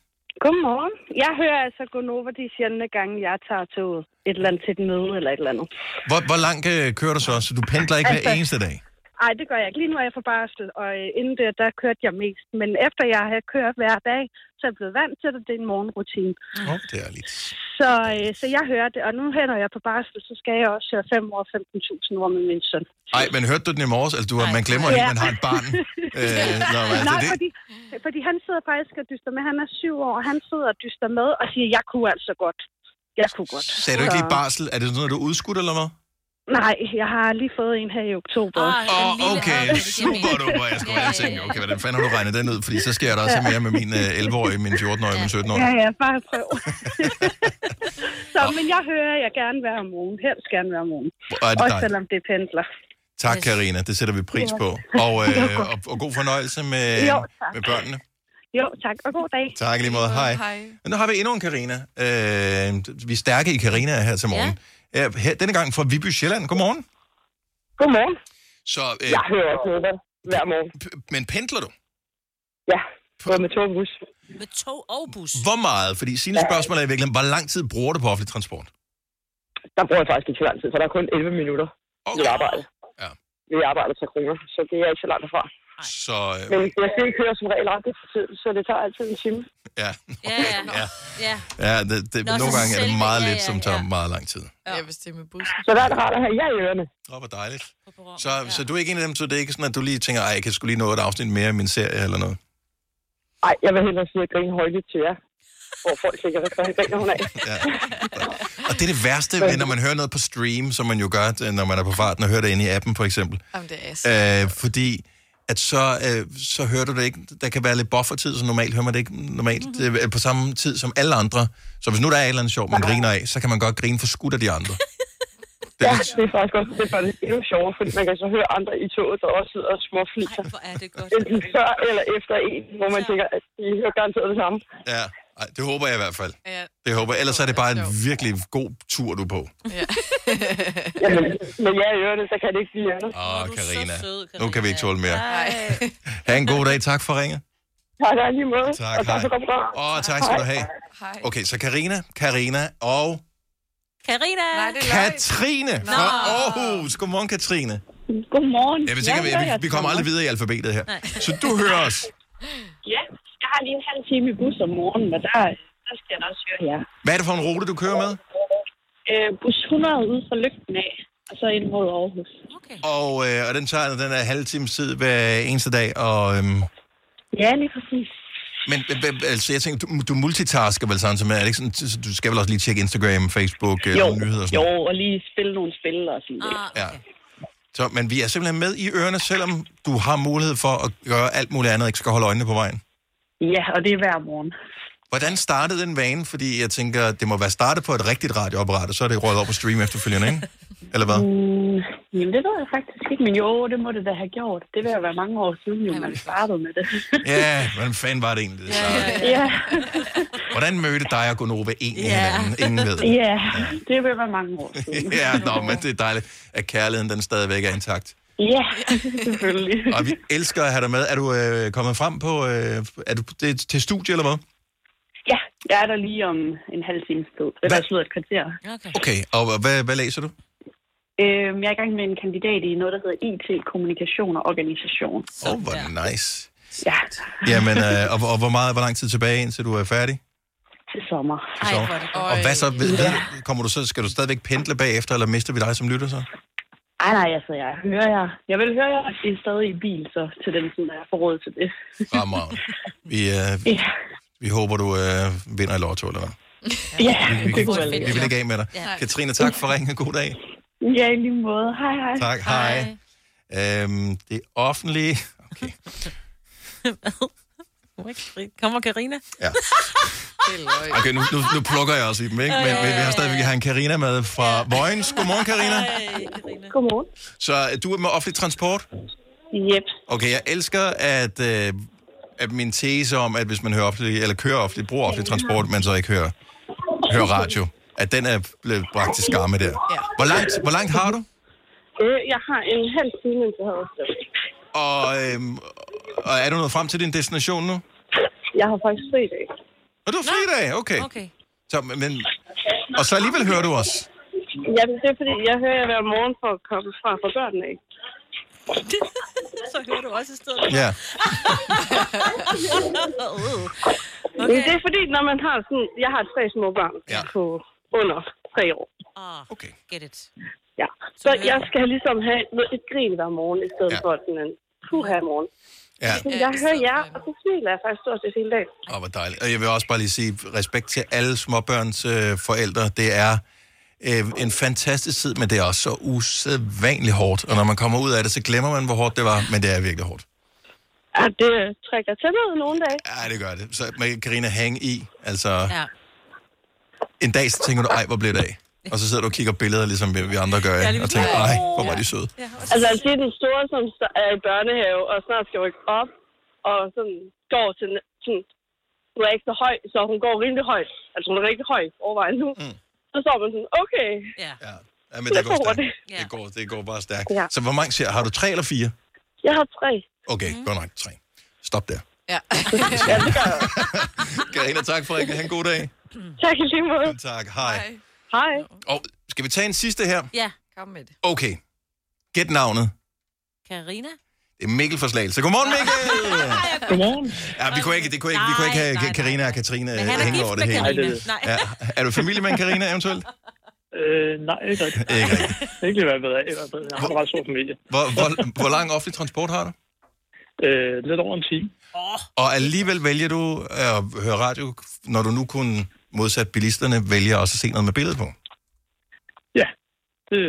Speaker 7: Godmorgen. Jeg hører altså Gonova de sjældne gange, jeg tager toget et eller andet til et møde eller et eller andet.
Speaker 1: Hvor, hvor langt øh, kører du så? Så du pendler ikke hver
Speaker 7: Altså-
Speaker 1: eneste dag?
Speaker 7: Nej, det gør jeg ikke. Lige nu er jeg for barsel, og øh, inden det, der kørte jeg mest. Men efter jeg har kørt hver dag, så er jeg blevet vant til det. Det er en morgenrutine.
Speaker 1: Åh, oh, det er lidt.
Speaker 7: Så, øh, så jeg hører det, og nu hen, når jeg er på barsel, så skal jeg også køre 5 år 15.000 år med min søn.
Speaker 1: Ej, men hørte du den i morges? Altså, du, har- man glemmer helt, man har et barn. Øh, nå, men altså,
Speaker 7: Nej,
Speaker 1: det,
Speaker 7: fordi, fordi han sidder faktisk og dyster med. Han er syv år, og han sidder og dyster med og siger, jeg kunne altså godt. Jeg kunne godt.
Speaker 1: sagde du ikke lige barsel? Er det sådan noget, du er udskudt, eller hvad?
Speaker 23: Nej, jeg har lige fået en her i oktober.
Speaker 1: Åh, oh, okay, super duper. Jeg skulle have tænkt, okay, hvordan fanden har du regnet den ud? Fordi så sker der også mere med min øh, 11-årige, min 14-årige, min 17-årige.
Speaker 23: Ja, ja, bare prøv. så, men jeg hører, at jeg gerne vil være om ugen. Helst gerne være om ugen.
Speaker 1: Hvor er det
Speaker 23: Også
Speaker 1: dejligt.
Speaker 23: selvom det pendler.
Speaker 1: Tak, Karina. Det sætter vi pris på.
Speaker 23: Ja.
Speaker 1: Og,
Speaker 23: Det
Speaker 1: øh,
Speaker 23: var
Speaker 1: og, og god fornøjelse med,
Speaker 23: Jo, tak.
Speaker 1: med børnene.
Speaker 23: Jo, tak, og god dag.
Speaker 1: Tak i lige måde. Hej. Men nu har vi endnu en Karina. Øh, vi er stærke i Karina her til morgen. Ja. Øh, her, denne gang fra Viby Sjælland. Godmorgen.
Speaker 5: Godmorgen.
Speaker 1: Så, øh,
Speaker 5: Jeg hører også noget hver morgen.
Speaker 1: Men pendler du?
Speaker 5: Ja, både med tog og bus.
Speaker 4: Med tog og bus.
Speaker 1: Hvor meget? Fordi sine spørgsmål er i virkeligheden, hvor lang tid bruger du på offentlig transport?
Speaker 5: Der bruger jeg faktisk ikke så lang tid, for der er kun 11 minutter okay. til arbejde.
Speaker 1: Ja.
Speaker 5: Vi arbejder til kroner, så det er ikke så langt derfra.
Speaker 1: Så, øh,
Speaker 5: Men jeg skal ikke køre som regel ret for tid, så det tager altid en time.
Speaker 1: ja.
Speaker 4: Ja, ja.
Speaker 1: ja.
Speaker 4: ja.
Speaker 1: ja det, det,
Speaker 4: Nå,
Speaker 1: nogle
Speaker 4: så
Speaker 1: gange er det
Speaker 4: selv-
Speaker 1: meget
Speaker 4: ja,
Speaker 1: lidt,
Speaker 4: ja,
Speaker 1: som tager meget lang tid.
Speaker 12: Ja, hvis det er med bussen.
Speaker 5: Så der er det rart at have jer i ørerne.
Speaker 1: Åh, hvor dejligt. Så, så du er ikke en af dem, så det er ikke sådan, at du lige tænker, ej, jeg kan skulle lige nå et afsnit mere af min serie eller noget.
Speaker 5: Ej, jeg vil hellere sidde og grine højligt til jer. Hvor folk sikkert, hvad fanden griner hun af.
Speaker 1: Og det er det værste, ved, når man hører noget på stream, som man jo gør, øh, når man er på farten og hører det inde i appen, for eksempel.
Speaker 12: Jamen, det er så...
Speaker 1: Øh, fordi at så, øh, så hører du det ikke. Der kan være lidt buffertid, så normalt hører man det ikke normalt mm-hmm. øh, på samme tid som alle andre. Så hvis nu der er et eller andet sjov, man griner af, så kan man godt grine for skudt af de andre.
Speaker 5: Ja, det er faktisk også det er faktisk endnu sjovere, fordi man kan så høre andre i toget, der også sidder og småfliser. Ej, hvor er det godt. Enten før eller efter en, hvor man tænker, at de hører garanteret det samme.
Speaker 1: Ja, Ej, det håber jeg i hvert fald.
Speaker 5: Øh.
Speaker 12: Ja.
Speaker 1: Det håber jeg. Ellers er det bare en virkelig god tur, du er på.
Speaker 5: Jamen, men jeg i ørerne, så kan det ikke blive andet.
Speaker 1: Åh, Karina. Nu kan vi ikke tåle mere. Ha' en god dag. Tak for ringet.
Speaker 5: Tak, der er lige måde.
Speaker 1: Tak,
Speaker 5: og tak
Speaker 1: hej.
Speaker 5: for godt program.
Speaker 1: Åh, tak skal du have.
Speaker 12: Hej.
Speaker 1: Okay, så Karina, Karina og
Speaker 4: Karina.
Speaker 12: Nej, det er løgn.
Speaker 1: Katrine
Speaker 4: Nå.
Speaker 1: fra Aarhus. Godmorgen, Katrine.
Speaker 14: Godmorgen.
Speaker 1: Jeg vil tænke,
Speaker 14: hører
Speaker 1: vi,
Speaker 14: jer
Speaker 1: vi kommer
Speaker 14: til
Speaker 1: aldrig
Speaker 14: morgen.
Speaker 1: videre i alfabetet her.
Speaker 14: Nej.
Speaker 1: Så du hører os.
Speaker 14: Ja, jeg har lige en halv time i bus om morgenen, og der, der skal jeg da også høre jer.
Speaker 1: Hvad er det for en rute, du kører med?
Speaker 14: Øh, bus 100 ude fra lygten af, og så ind mod Aarhus.
Speaker 1: Og, øh, og den tager den er halve times tid hver eneste dag. Og, øhm,
Speaker 14: Ja, lige præcis.
Speaker 1: men øh, øh, altså, jeg tænker, du, du multitasker vel sådan, med, er det ikke sådan, så du skal vel også lige tjekke Instagram, Facebook, øh,
Speaker 14: jo,
Speaker 1: nogle nyheder og sådan
Speaker 14: jo,
Speaker 1: noget?
Speaker 14: og lige spille nogle spil og
Speaker 5: Ah.
Speaker 14: sådan noget.
Speaker 1: Ja. Så, men vi er simpelthen med i ørerne, selvom du har mulighed for at gøre alt muligt andet, ikke skal holde øjnene på vejen.
Speaker 14: Ja, og det er hver morgen.
Speaker 1: Hvordan startede den vane? Fordi jeg tænker, det må være startet på et rigtigt radioapparat, og så er det røget over på stream efterfølgende, ikke? Eller hvad?
Speaker 14: Mm, jamen, det ved jeg faktisk ikke, men jo, det må det da have gjort. Det vil jo være mange år siden, jo, man startede med det.
Speaker 1: Ja, hvordan fanden var det egentlig? det startede?
Speaker 14: ja.
Speaker 1: Hvordan mødte dig og Gunova egentlig
Speaker 14: Ja.
Speaker 1: hinanden? Ingen ved.
Speaker 14: ja, det vil være mange år siden.
Speaker 1: ja, nå, men det er dejligt, at kærligheden den stadigvæk er intakt.
Speaker 14: Ja, selvfølgelig.
Speaker 1: Og vi elsker at have dig med. Er du øh, kommet frem på... Øh, er du det, er til studie eller hvad?
Speaker 14: Ja, jeg er der lige om en halv times tid. Det er slutter et kvarter.
Speaker 4: Okay.
Speaker 1: Okay, og hvad, hvad læser du?
Speaker 14: Øhm, jeg er i gang med en kandidat i noget, der hedder IT, kommunikation og organisation.
Speaker 1: Åh, oh, hvor nice.
Speaker 14: Ja,
Speaker 1: Jamen, øh, og, og hvor, meget, hvor lang tid tilbage, indtil du er færdig?
Speaker 14: til sommer.
Speaker 1: Ej, hvor er det Og hvad så? Ved, ved, kommer du så, skal du stadigvæk pendle bagefter, eller mister vi dig som lytter så?
Speaker 14: Ej, nej, altså, jeg hører jer. Jeg vil høre jer, det er stadig i bil, så til den tid, når jeg får råd til det.
Speaker 1: Fremragende. Vi, øh,
Speaker 14: Ja,
Speaker 1: vi håber, du øh, vinder i lotto eller hvad?
Speaker 14: ja
Speaker 1: Vi, vi,
Speaker 14: det kunne være
Speaker 1: vi, vi vil
Speaker 14: lækkert.
Speaker 1: ikke af med dig.
Speaker 14: Ja.
Speaker 1: Katrine, tak for ringen. God dag.
Speaker 14: Ja, i lige måde. Hej, hej.
Speaker 1: Tak, hej. Øhm, det offentlige...
Speaker 4: Kommer Karina?
Speaker 1: Ja.
Speaker 4: det er løgn.
Speaker 1: Okay, nu, nu, nu plukker jeg også i dem, ikke? Men, men vi har stadigvæk har en Karina med fra Vojens. Godmorgen, Karina.
Speaker 14: Godmorgen.
Speaker 1: Så øh, du er med offentlig transport?
Speaker 14: Yep.
Speaker 1: Okay, jeg elsker, at, øh, at min tese om, at hvis man hører offentlig, eller kører offentlig, bruger offentlig transport, man så ikke hører, hører radio, at den er blevet bragt til skamme der. Hvor langt, hvor langt har du?
Speaker 14: Øh, jeg har en halv time til Haderslev.
Speaker 1: Og, øhm, og er du nået frem til din destination nu?
Speaker 14: Jeg har faktisk fri dag.
Speaker 1: Og du er fri i dag, okay.
Speaker 14: Okay.
Speaker 1: Så, men, og så alligevel hører du os.
Speaker 14: Jamen, det er fordi, jeg hører jer hver morgen for at komme fra for børnene, ikke?
Speaker 4: Så hører du også i stedet.
Speaker 1: Ja.
Speaker 14: Okay. Det er fordi, når man har sådan... Jeg har tre små børn
Speaker 1: ja.
Speaker 14: på under tre år.
Speaker 4: Ah,
Speaker 1: okay.
Speaker 4: Get it.
Speaker 14: Ja. Så jeg skal ligesom have noget- et grin hver morgen, i stedet ja. for sådan en puha morgen.
Speaker 1: Ja.
Speaker 14: Så jeg hører jer, og så smiler jeg faktisk stort set hele dagen.
Speaker 1: Åh, hvor dejligt. Og jeg vil også bare lige sige respekt til alle småbørns øh, forældre. Det er øh, en fantastisk tid, men det er også så usædvanligt hårdt. Og når man kommer ud af det, så glemmer man, hvor hårdt det var, men det er virkelig hårdt.
Speaker 6: Ja, det
Speaker 14: øh,
Speaker 6: trækker til noget nogle dage.
Speaker 1: Ja, det gør det. Så man Karina, hang i. Altså,
Speaker 6: Ja.
Speaker 1: en dag så tænker du, ej, hvor blev det af? Og så sidder du og kigger billeder, ligesom vi vi andre gør,
Speaker 6: Ja,
Speaker 1: ja,
Speaker 6: lige
Speaker 1: og tænker,
Speaker 6: præcis.
Speaker 1: ej, hvor var de søde.
Speaker 6: Altså, jeg siger, den store, som sta- er i børnehave, og snart skal rykke op, og sådan går til, n- sådan, hun er ikke så høj, så hun går rimelig højt. Altså, hun er rigtig høj overvejende nu. Mm. Så står man sådan, okay.
Speaker 4: Ja.
Speaker 1: Ja, men det går
Speaker 6: Over
Speaker 1: stærkt.
Speaker 6: det.
Speaker 1: Det går, det går bare stærkt.
Speaker 6: Ja.
Speaker 1: Så hvor mange siger, har du tre eller fire?
Speaker 6: Jeg har tre.
Speaker 1: Okay,
Speaker 6: Mhm.
Speaker 1: godt nok, tre. Stop der.
Speaker 2: Ja.
Speaker 1: Karina, tak for det. Ha' en god dag.
Speaker 6: tak i lige måde.
Speaker 1: Tak, hej.
Speaker 6: Hej.
Speaker 1: Og skal vi tage en sidste her?
Speaker 4: Ja.
Speaker 2: Kom med det.
Speaker 1: Okay. Gæt navnet.
Speaker 4: Karina?
Speaker 1: Det er Mikkel fra Slagelse. Godmorgen, Mikkel!
Speaker 4: Godmorgen.
Speaker 1: Ja, vi kunne ikke, det kunne ikke, vi kunne ikke
Speaker 4: Nej,
Speaker 1: have
Speaker 4: nej,
Speaker 1: Karina og Katrine øh,
Speaker 4: Men han er
Speaker 1: hængende
Speaker 4: gift
Speaker 1: over det
Speaker 4: med
Speaker 1: hele.
Speaker 4: Karina. Nej.
Speaker 1: Ja. Er du familie med en Karina eventuelt?
Speaker 15: Øh, nej, ikke rigtigt.
Speaker 1: Ikke rigtigt.
Speaker 15: Ikke i hvert fald. ikke i hvert fald. Jeg har en ret stor familie.
Speaker 1: Hvor, hvor, hvor lang offentlig transport har du?
Speaker 15: Øh, lidt over en time.
Speaker 1: Og alligevel vælger du at høre radio, når du nu kunne modsat bilisterne vælger også at se noget med billede på.
Speaker 15: Ja, det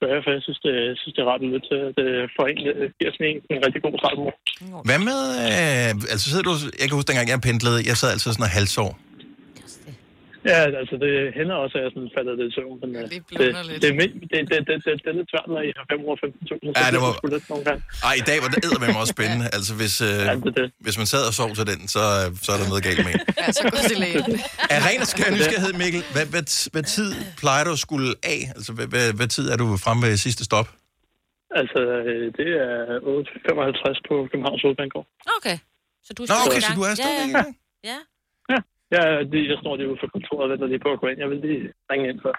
Speaker 15: gør jeg, for jeg synes, det, synes, det er rart at lytte til. Det får en, det giver sådan en, en rigtig god start. på morgenen.
Speaker 1: Hvad med, øh, altså sidder du, jeg kan huske dengang jeg pendlede, jeg sad altid sådan og halvsov.
Speaker 15: Ja, altså det hænder også, at jeg sådan falder lidt i søvn, men øh, det, det,
Speaker 1: blunder lidt.
Speaker 15: det, er mi- det, det, det, det, det, er lidt svært, når I har 5 år 15.000.
Speaker 1: Ja, det var-
Speaker 15: Lidt nogle gange.
Speaker 1: Ej, i dag var det med mig også spændende. Altså hvis, øh, hvis man sad og sov til den, så, øh, så er der noget galt med en.
Speaker 2: Ja, så gå til lægen.
Speaker 1: Er ren og skær nysgerrighed, Mikkel, hvad, hvad, hvad tid plejer du at skulle af? Altså hvad, hvad, hvad tid er du fremme ved sidste stop?
Speaker 15: Altså, øh, det er 8.55 på Københavns Hovedbanegård.
Speaker 4: Okay. Så du er
Speaker 15: Nå,
Speaker 4: stadig
Speaker 15: okay,
Speaker 4: i
Speaker 15: så
Speaker 4: gang.
Speaker 15: du er stadig
Speaker 4: ja,
Speaker 15: i
Speaker 4: ja.
Speaker 15: gang.
Speaker 4: Ja.
Speaker 15: Ja, det- jeg står lige ude for kontoret og venter lige på at gå ind. Jeg vil lige ringe ind før.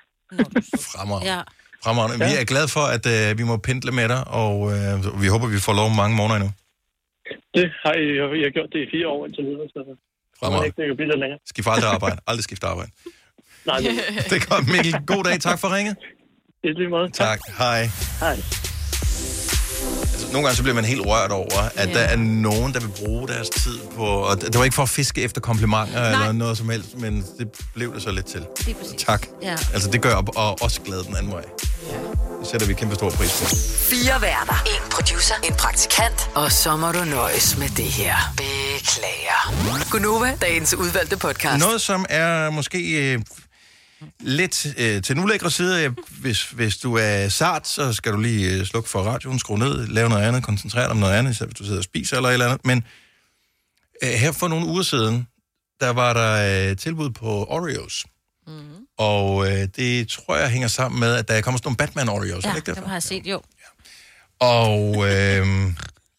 Speaker 1: Fremragende.
Speaker 4: ja.
Speaker 1: Fremragende. Vi
Speaker 15: Ja.
Speaker 1: er glade for, at øh, vi må pendle med dig, og øh, vi håber, vi får lov mange måneder endnu.
Speaker 15: Det har I, jeg har gjort det i fire år indtil videre, så Fremad. det kan blive lidt længere.
Speaker 1: Skift aldrig arbejde. Aldrig skift arbejde.
Speaker 15: Nej, det,
Speaker 1: Det er godt, Mikkel. God dag. Tak for ringet.
Speaker 15: Det er lige måde.
Speaker 1: Tak. Hej.
Speaker 15: Hej.
Speaker 1: Altså, nogle gange så bliver man helt rørt over, at der er nogen, der vil bruge deres tid på... Og det det var ikke for at fiske efter komplimenter Nej. eller noget som helst, men det blev det så lidt til.
Speaker 4: Det er præcis.
Speaker 1: Tak.
Speaker 4: Ja.
Speaker 1: Altså, det gør op, og også glæde den anden vej. Det sætter vi kæmpe stor pris på.
Speaker 13: Fire værter. En producer. En praktikant. Og så må du nøjes med det her. Beklager. Gunova, dagens udvalgte podcast.
Speaker 1: Noget, som er måske øh, lidt øh, til den ulækre side. øh, Hvis, hvis du er sart, så skal du lige øh, slukke for radioen, skrue ned, lave noget andet, koncentrere dig om noget andet, især hvis du sidder og spiser eller et eller andet. Men øh, her for nogle uger siden, der var der øh, tilbud på Oreos.
Speaker 4: Mm-hmm.
Speaker 1: Mm. Og øh, det tror jeg hænger sammen med, at der kommer sådan nogle Batman-Oreos, ja,
Speaker 4: Ja,
Speaker 1: er det ikke
Speaker 4: dem
Speaker 1: derfor?
Speaker 4: har jeg set, jo.
Speaker 1: Og øh,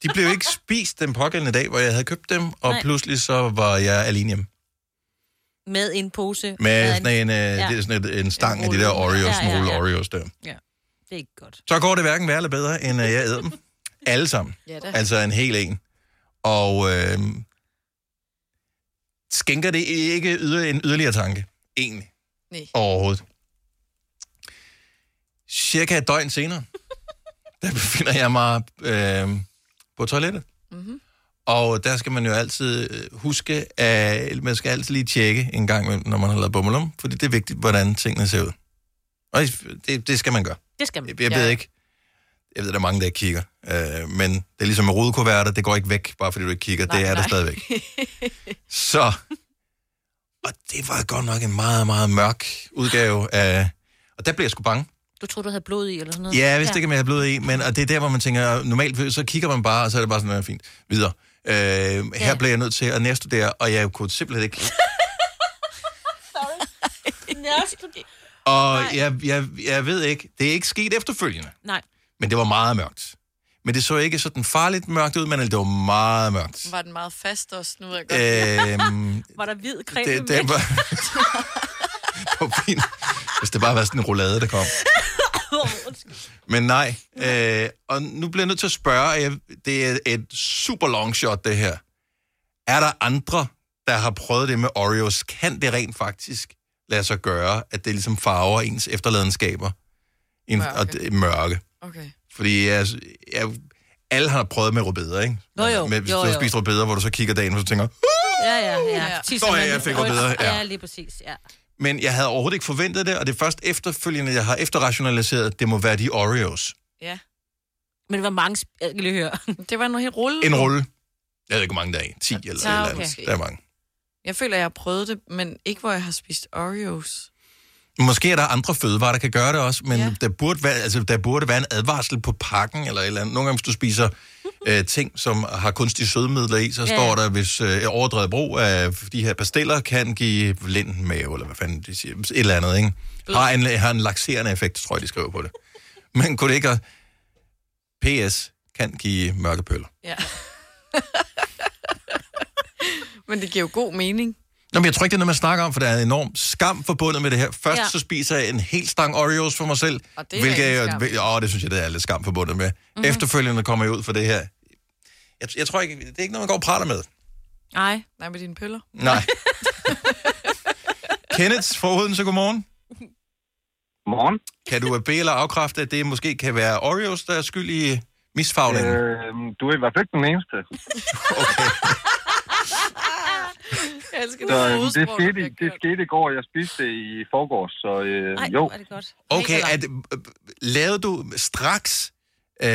Speaker 1: de blev ikke spist den pågældende dag, hvor jeg havde købt dem, og
Speaker 4: Nej.
Speaker 1: Nej. pludselig så var jeg alene hjemme.
Speaker 4: Med en pose.
Speaker 1: Med
Speaker 4: og
Speaker 1: sådan en, øh, ja. det er sådan et, en stang af de der Oreos, ja, ja, ja. nogle Oreos der.
Speaker 4: Ja. Det er ikke godt.
Speaker 1: Så går det hverken værre eller bedre, end at jeg æder dem. Alle sammen.
Speaker 4: Ja da.
Speaker 1: Altså en hel en. Og øh, skænker det ikke yder, en yderligere tanke, egentlig,
Speaker 2: Nej.
Speaker 1: overhovedet. Cirka et døgn senere, der befinder jeg mig øh, på toilettet.
Speaker 2: Mhm.
Speaker 1: Og der skal man jo altid øh, huske, at man skal altid lige tjekke en gang, imellem, når man har lavet bummelum, fordi det er vigtigt, hvordan tingene ser ud. Og det, det skal man gøre.
Speaker 4: Det skal man.
Speaker 1: Jeg, jeg ved ikke, jeg ved, der er mange, der ikke kigger, øh, men det er ligesom med rodekuverter, det går ikke væk, bare fordi du ikke kigger. Nej, det er nej. der stadigvæk. Så, og det var godt nok en meget, meget mørk udgave af... Og der blev jeg sgu bange.
Speaker 4: Du troede, du havde blod i, eller sådan noget?
Speaker 1: Mm. Ja, jeg vidste ikke, om jeg havde blod i, men og det er der, hvor man tænker, normalt så kigger man bare, og så er det bare sådan, noget fint, videre. Øh, her blev jeg nødt til at nærstudere, og jeg kunne simpelthen ikke... Og jeg, jeg, jeg ved ikke, det er ikke sket efterfølgende,
Speaker 4: Nej.
Speaker 1: men det var meget mørkt. Men det så ikke sådan farligt mørkt ud, men det var meget mørkt.
Speaker 2: Var den meget fast også? Nu ved jeg godt.
Speaker 1: Øhm,
Speaker 4: var der hvid creme?
Speaker 1: det, det, var, det var fint, hvis det bare var sådan en roulade, der kom. Men nej, øh, og nu bliver jeg nødt til at spørge, og jeg, det er et super long shot, det her. Er der andre, der har prøvet det med Oreos? Kan det rent faktisk lade sig gøre, at det ligesom farver ens efterladenskaber? En, mørke. Og det, mørke.
Speaker 2: Okay.
Speaker 1: Fordi jeg, jeg, alle har prøvet med rødbeder, ikke?
Speaker 4: Nå, jo.
Speaker 1: Med, hvis
Speaker 4: Jo,
Speaker 1: du har
Speaker 4: jo.
Speaker 1: spist rødbeder, hvor du så kigger dagen, og så tænker,
Speaker 4: Ja, ja, ja.
Speaker 1: Nå, ja, jeg fik rødbeder,
Speaker 4: ja.
Speaker 1: ja.
Speaker 4: ja, lige præcis, ja.
Speaker 1: Men jeg havde overhovedet ikke forventet det, og det er først efterfølgende, jeg har efterrationaliseret, at det må være de Oreos.
Speaker 2: Ja.
Speaker 4: Men det var mange spjælgehør.
Speaker 2: Det var noget helt rulle.
Speaker 1: En rulle. Jeg ved ikke, hvor mange der er. 10 eller et
Speaker 2: Ah,
Speaker 1: eller andet.
Speaker 2: Mm. okay.
Speaker 1: Der er mange.
Speaker 2: Jeg føler, jeg har prøvet det, men ikke hvor jeg har spist Oreos.
Speaker 1: Måske er der andre fødevarer, der kan gøre det også, men ja. der, burde være, altså, der burde være en advarsel på pakken eller et eller andet. Nogle gange, hvis du spiser øh, ting, som har kunstige sødemidler i, så
Speaker 10: Ja.
Speaker 1: ja. står der, hvis øh, overdrevet brug af de her pastiller kan give lind mave, eller hvad fanden de siger, et eller andet, ikke? Har en, har en lakserende effekt, tror jeg, de skriver på det. Men kunne det ikke have- PS kan give mørke pøller.
Speaker 2: Ja. men det giver jo god mening.
Speaker 1: Nå, men jeg tror ikke, det er noget, man snakker om, for der er en enorm skam forbundet med det her. Først
Speaker 2: Ja.
Speaker 1: ja. så spiser jeg en hel stang Oreos for mig selv,
Speaker 2: Og det er
Speaker 1: hvilket
Speaker 2: rigtig
Speaker 1: jeg,
Speaker 2: skam.
Speaker 1: åh, det synes jeg, det er lidt skam forbundet med.
Speaker 2: Mhm.
Speaker 1: Mm-hmm. Efterfølgende kommer jeg ud for det her. Jeg, jeg tror ikke, det er ikke noget, man går og prater med.
Speaker 2: Nej. Nej, med dine pøller.
Speaker 1: Nej. Kenneth fra Odense, godmorgen.
Speaker 11: Morgen.
Speaker 1: Kan du øh, bede eller afkræfte, at det måske kan være Oreos, der er skyld i misfavlingen?
Speaker 11: Øh, du er i hvert fald ikke den eneste.
Speaker 2: Jeg elsker
Speaker 11: Så,
Speaker 2: det
Speaker 11: øh, det,
Speaker 2: hovedsprog,
Speaker 11: skete,
Speaker 2: du
Speaker 11: i- det skete i går, jeg spiste det i forgårs, så øh,
Speaker 2: Ej,
Speaker 11: jo.
Speaker 2: hvor er det godt.
Speaker 1: Okay, at, øh, lavede du straks øh,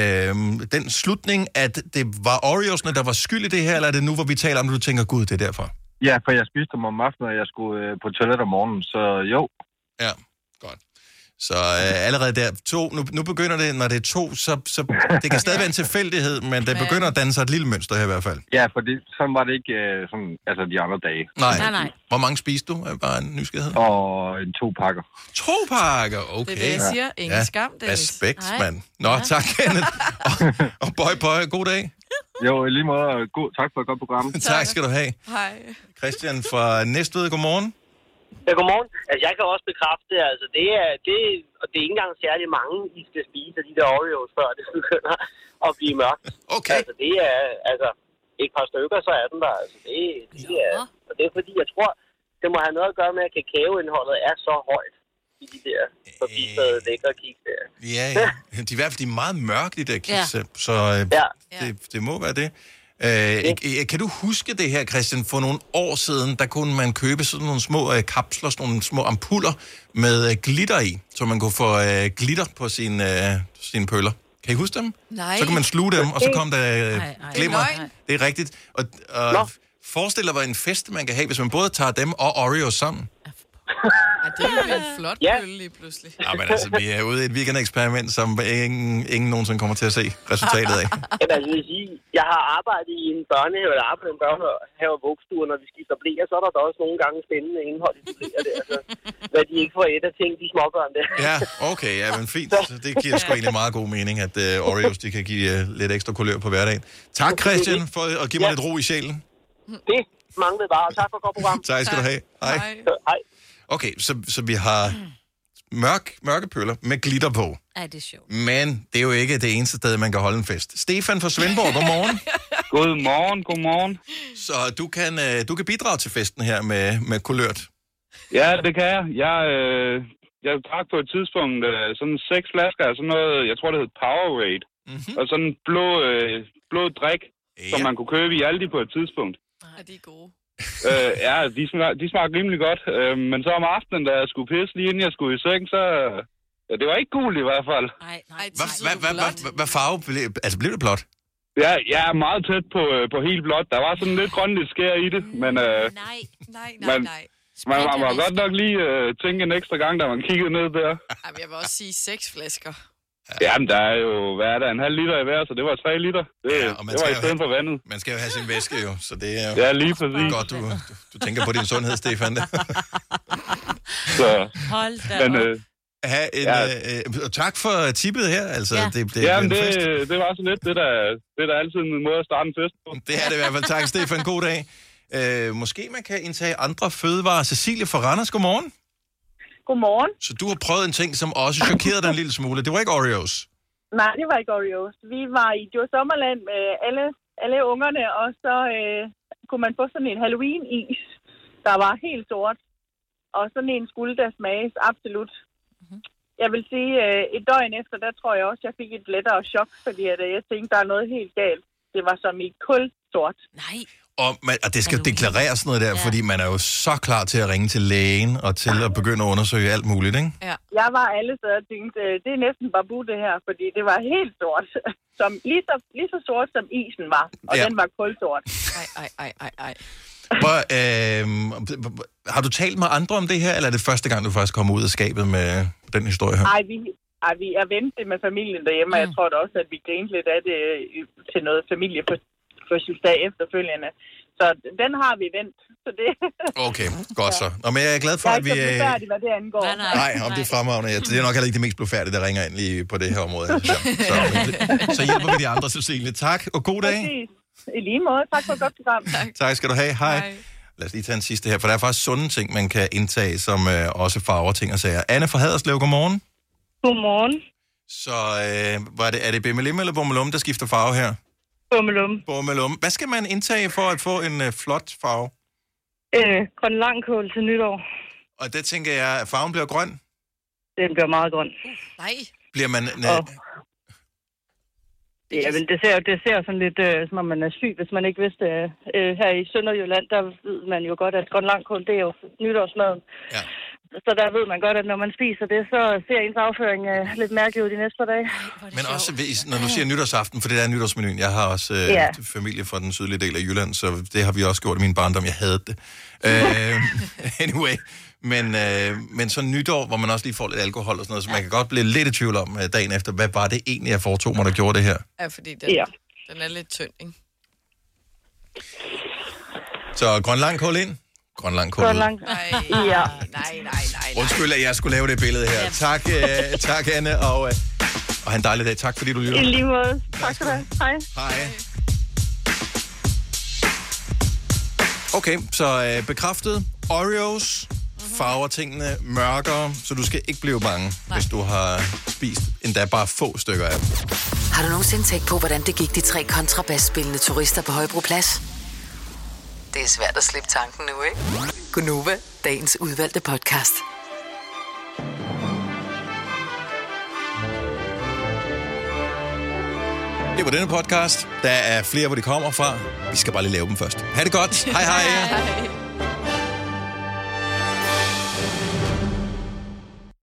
Speaker 1: den slutning, at det var Oreos'ne, der var skyld i det her, eller er det nu, hvor vi taler om det, du tænker, gud, det er derfor?
Speaker 11: Ja, for jeg spiste dem om aftenen, og jeg skulle øh, på toilet om morgenen, så jo.
Speaker 1: Ja, godt. Så øh, allerede der, to, nu, nu begynder det, når det er to, så, så det kan stadig være en tilfældighed, men det begynder at danne sig et lille mønster her i hvert fald.
Speaker 11: Ja, for det, sådan var det ikke øh, sådan, altså de andre dage.
Speaker 1: Nej. Nej, nej. Hvor mange spiste du? Er Bare en nysgerrighed.
Speaker 11: Og en to pakker.
Speaker 1: To pakker, okay.
Speaker 11: det, jeg siger.
Speaker 2: Ingen
Speaker 1: ja.
Speaker 2: skam, Dennis.
Speaker 1: Respekt,
Speaker 2: Nej.
Speaker 1: mand. Nå,
Speaker 2: Ja.
Speaker 1: ja. tak, Kenneth. Og, og bøj, bøj, god dag.
Speaker 11: Jo, i lige måde, og god, tak for et godt program.
Speaker 1: tak skal du have.
Speaker 2: Hej.
Speaker 1: Christian fra Næstved, godmorgen.
Speaker 24: Ja, godmorgen. Altså, jeg kan også bekræfte, altså, det er, det, og det er ikke engang særlig mange, I skal spise af de der Oreos, før det begynder at blive mørkt.
Speaker 1: Okay.
Speaker 24: Altså, det er, altså, et par stykker, så er den der. Altså, det, det er, og det er fordi, jeg tror, det må have noget at gøre med, at kakaoindholdet er så højt i de der forbistede lækre kiks der.
Speaker 1: Ja, ja. De er i hvert fald de er meget mørke, de der kiks,
Speaker 24: Ja.
Speaker 1: ja. så øh, ja. det, det må være det. Øh, øh, kan du huske det her, Christian? For nogle år siden, der kunne man købe sådan nogle små øh, kapsler, sådan nogle små ampuller med øh, glitter i, så man kunne få øh, glitter på sine, øh, sine pøller. Kan I huske dem?
Speaker 2: Nej.
Speaker 1: Så kan man sluge dem, og så kom der
Speaker 2: Ej,
Speaker 1: øh,
Speaker 2: ej.
Speaker 1: glimmer.
Speaker 2: Det er løgn.
Speaker 1: Det er rigtigt. Og, og forestil dig, hvor en fest man kan have, hvis man både tager dem og Oreos sammen.
Speaker 2: Ja, det er jo en flot
Speaker 24: Ja.
Speaker 2: pølle lige pludselig.
Speaker 1: Ja, men altså, vi er ude i et weekendeksperiment, som ingen, ingen nogensinde kommer til at se resultatet af.
Speaker 24: Jamen, altså, jeg vil sige, jeg har arbejdet i en børnehave, eller arbejdet i en børnehave og vugstue, og når vi skifter blæer, så er der da også nogle gange spændende indhold i de blæer der. Altså, hvad de ikke får et af ting, de småbørn der.
Speaker 1: Ja, okay, ja, men fint. Så Det giver sgu egentlig meget god mening, at uh, Oreos de kan give uh, lidt ekstra kulør på hverdagen. Tak, Christian, for at give mig lidt ro i sjælen.
Speaker 24: Det manglede bare. Tak for et godt program.
Speaker 1: Tak skal du have. Hej.
Speaker 24: Hej.
Speaker 1: Okay, så, så vi har mørk, mørke pøller med glitter på.
Speaker 4: Ej, det er sjovt.
Speaker 1: Men det er jo ikke det eneste sted, man kan holde en fest. Stefan fra Svendborg, godmorgen.
Speaker 25: Godmorgen, godmorgen.
Speaker 1: Så du kan, øh, du kan bidrage til festen her med, med kulørt.
Speaker 25: Ja, det kan jeg. Jeg, øh, jeg drak på et tidspunkt øh, sådan seks flasker af sådan noget, jeg tror det hed Powerade.
Speaker 1: Mhm.
Speaker 25: Mm-hmm. Og sådan en blå, øh, blå drik, ja. som man kunne købe i Aldi på et tidspunkt.
Speaker 2: Ja, de er gode.
Speaker 25: øh, ja, de, smager, de smagte rimelig godt. Øh, men så om aftenen, da jeg skulle pisse lige inden jeg skulle i seng, så... Ja, det var ikke gul i hvert fald.
Speaker 1: Hvad hva, hva, hva, hva, hva farve blev... Altså, blev det blåt?
Speaker 25: Ja, jeg er meget tæt på, øh, på helt blåt. Der var sådan lidt grønligt skær i
Speaker 2: Mm,
Speaker 25: det, men... Øh,
Speaker 4: Nej, nej,
Speaker 25: nej, men,
Speaker 2: nej.
Speaker 25: Man, man må godt nok lige øh, tænke en ekstra gang, da man kiggede ned der.
Speaker 2: Jamen, jeg vil også sige seks flasker.
Speaker 25: Jamen, der er jo, hvad er der, en halv liter i hver, så det var tre liter. Det, ja,
Speaker 1: og man
Speaker 25: det var
Speaker 1: skal
Speaker 25: i
Speaker 1: jo
Speaker 25: stedet for vandet.
Speaker 1: Man skal jo have sin væske jo, så det er jo...
Speaker 25: Ja, lige præcis.
Speaker 1: Godt, du, du, du tænker på din sundhed, Stefan.
Speaker 25: Så,
Speaker 4: Hold da
Speaker 25: men,
Speaker 4: op.
Speaker 25: øh,
Speaker 1: ha en, ja. øh, øh, tak for tippet her, altså.
Speaker 25: ja.
Speaker 1: Ja. Det, det,
Speaker 25: Jamen,
Speaker 1: en
Speaker 25: det,
Speaker 1: fest.
Speaker 25: det var så lidt. Det der, det der altid en måde at starte en fest på.
Speaker 1: det er det i hvert fald. Tak, Stefan. God dag. Øh, måske man kan indtage andre fødevarer. Cecilie fra Randers, godmorgen.
Speaker 26: Godmorgen.
Speaker 1: Så du har prøvet en ting, som også chokerede dig en lille smule. Det var ikke Oreos.
Speaker 26: Nej, det var ikke Oreos. Vi var i Joe Sommerland med alle, alle ungerne, og så øh, kunne man få sådan en Halloween-is, der var helt sort. Og sådan en skulle der smages, absolut.
Speaker 2: Mhm.
Speaker 26: Jeg vil sige, øh, et døgn efter, der tror jeg også, jeg fik et lettere chok, fordi at, øh, jeg tænkte, der er noget helt galt. Det var som i kul sort.
Speaker 4: Nej.
Speaker 1: Og, man, og det skal deklareres sådan noget der, ja. fordi man er jo så klar til at ringe til lægen og til at begynde at undersøge alt muligt, ikke?
Speaker 26: Ja. Jeg var alle steder og tænkte, øh, det er næsten babu det her, fordi det var helt sort. Som, lige, så, lige så sort som isen var, og
Speaker 1: Ja.
Speaker 26: ja. den var kulsort.
Speaker 2: Ej, ej, ej, ej, ej.
Speaker 1: Hvor, øh, har du talt med andre om det her, eller er det første gang, du faktisk kommer ud af skabet med den historie her?
Speaker 26: Ej, vi, ej, vi er vendt det med familien derhjemme, og jeg tror da også, at vi grinte lidt af det øh, i- til noget familie på fødselsdag efterfølgende. Så den har vi vendt. Så det,
Speaker 1: Okay, godt så. Nå, men jeg er glad for,
Speaker 26: jeg er
Speaker 1: at vi...
Speaker 26: ikke så
Speaker 1: øh,
Speaker 26: blufærdig, hvad det angår. Nej,
Speaker 1: Nej, om det er fremragende. Ja, det er nok heller ikke det mest blufærdige, der ringer ind lige på det her område. her, synes jeg. Så, så hjælper vi de andre, Cecilie. Tak, og god dag.
Speaker 26: Præcis. I lige måde. Tak for et godt program.
Speaker 1: Tak skal du have. Hej. Hej. Lad os lige tage en sidste her, for der er faktisk sunde ting, man kan indtage, som øh, også farver ting og sager. Anne fra Haderslev, godmorgen.
Speaker 9: Godmorgen.
Speaker 1: Så øh, var det, er det Bimmelim eller Bummelum, der skifter farve her?
Speaker 9: Bummelum.
Speaker 1: Bummelum. Hvad skal man indtage for at få en øh, flot farve?
Speaker 9: Øh, grøn langkål til nytår.
Speaker 1: Og der tænker jeg, at farven bliver grøn.
Speaker 9: Den bliver meget grøn.
Speaker 2: Nej.
Speaker 1: Bliver man... øh, Næ-
Speaker 9: Og- Ja, men det ser, det ser sådan lidt, øh, som om man er syg, hvis man ikke vidste. Øh, her i Sønderjylland, der ved man jo godt, at grøn langkål, det er jo nytårsmaden.
Speaker 1: Ja.
Speaker 9: Så der ved man godt, at når man spiser det, så ser ens afføring øh, lidt mærkelig ud de næste par dage.
Speaker 1: Men også, hvis- når du siger nytårsaften, for det der er nytårsmenuen. Jeg har også øh,
Speaker 9: Ja.
Speaker 1: familie fra den sydlige del af Jylland, så det har vi også gjort i min barndom. Jeg havde det. Øh, anyway. Men, øh, men så nytår, hvor man også lige får lidt alkohol og sådan noget, så man kan godt blive lidt i tvivl om øh, dagen efter, hvad var det egentlig, jeg foretog mig, der gjorde det her?
Speaker 2: Ja, fordi den,
Speaker 9: Ja.
Speaker 2: den er lidt tynd, ikke?
Speaker 1: Så grøn langkål ind. Grøn langkål
Speaker 9: Grøn
Speaker 1: ud.
Speaker 9: lang...
Speaker 5: øh,
Speaker 9: Ja.
Speaker 2: Nej, nej, nej.
Speaker 1: Undskyld, at jeg skulle lave det billede her. Tak, øh, tak Anne, og, øh, og have en dejlig dag. Tak, fordi du
Speaker 9: I
Speaker 1: lytter.
Speaker 9: lige måde. Tak skal du have. Hej.
Speaker 1: Hej. Okay, så øh, bekræftet. Oreos farver tingene mørkere, så du skal ikke blive bange, Nej. hvis du har spist endda bare få stykker af dem.
Speaker 13: Har du nogensinde tænkt på, hvordan det gik de tre kontrabasspillende turister på Højbroplads? Det er svært at slippe tanken nu, ikke? Gunova, dagens udvalgte podcast.
Speaker 1: Det var denne podcast. Der er flere, hvor de kommer fra. Vi skal bare lige lave dem først. Ha' det godt. Hej hej.
Speaker 2: hej.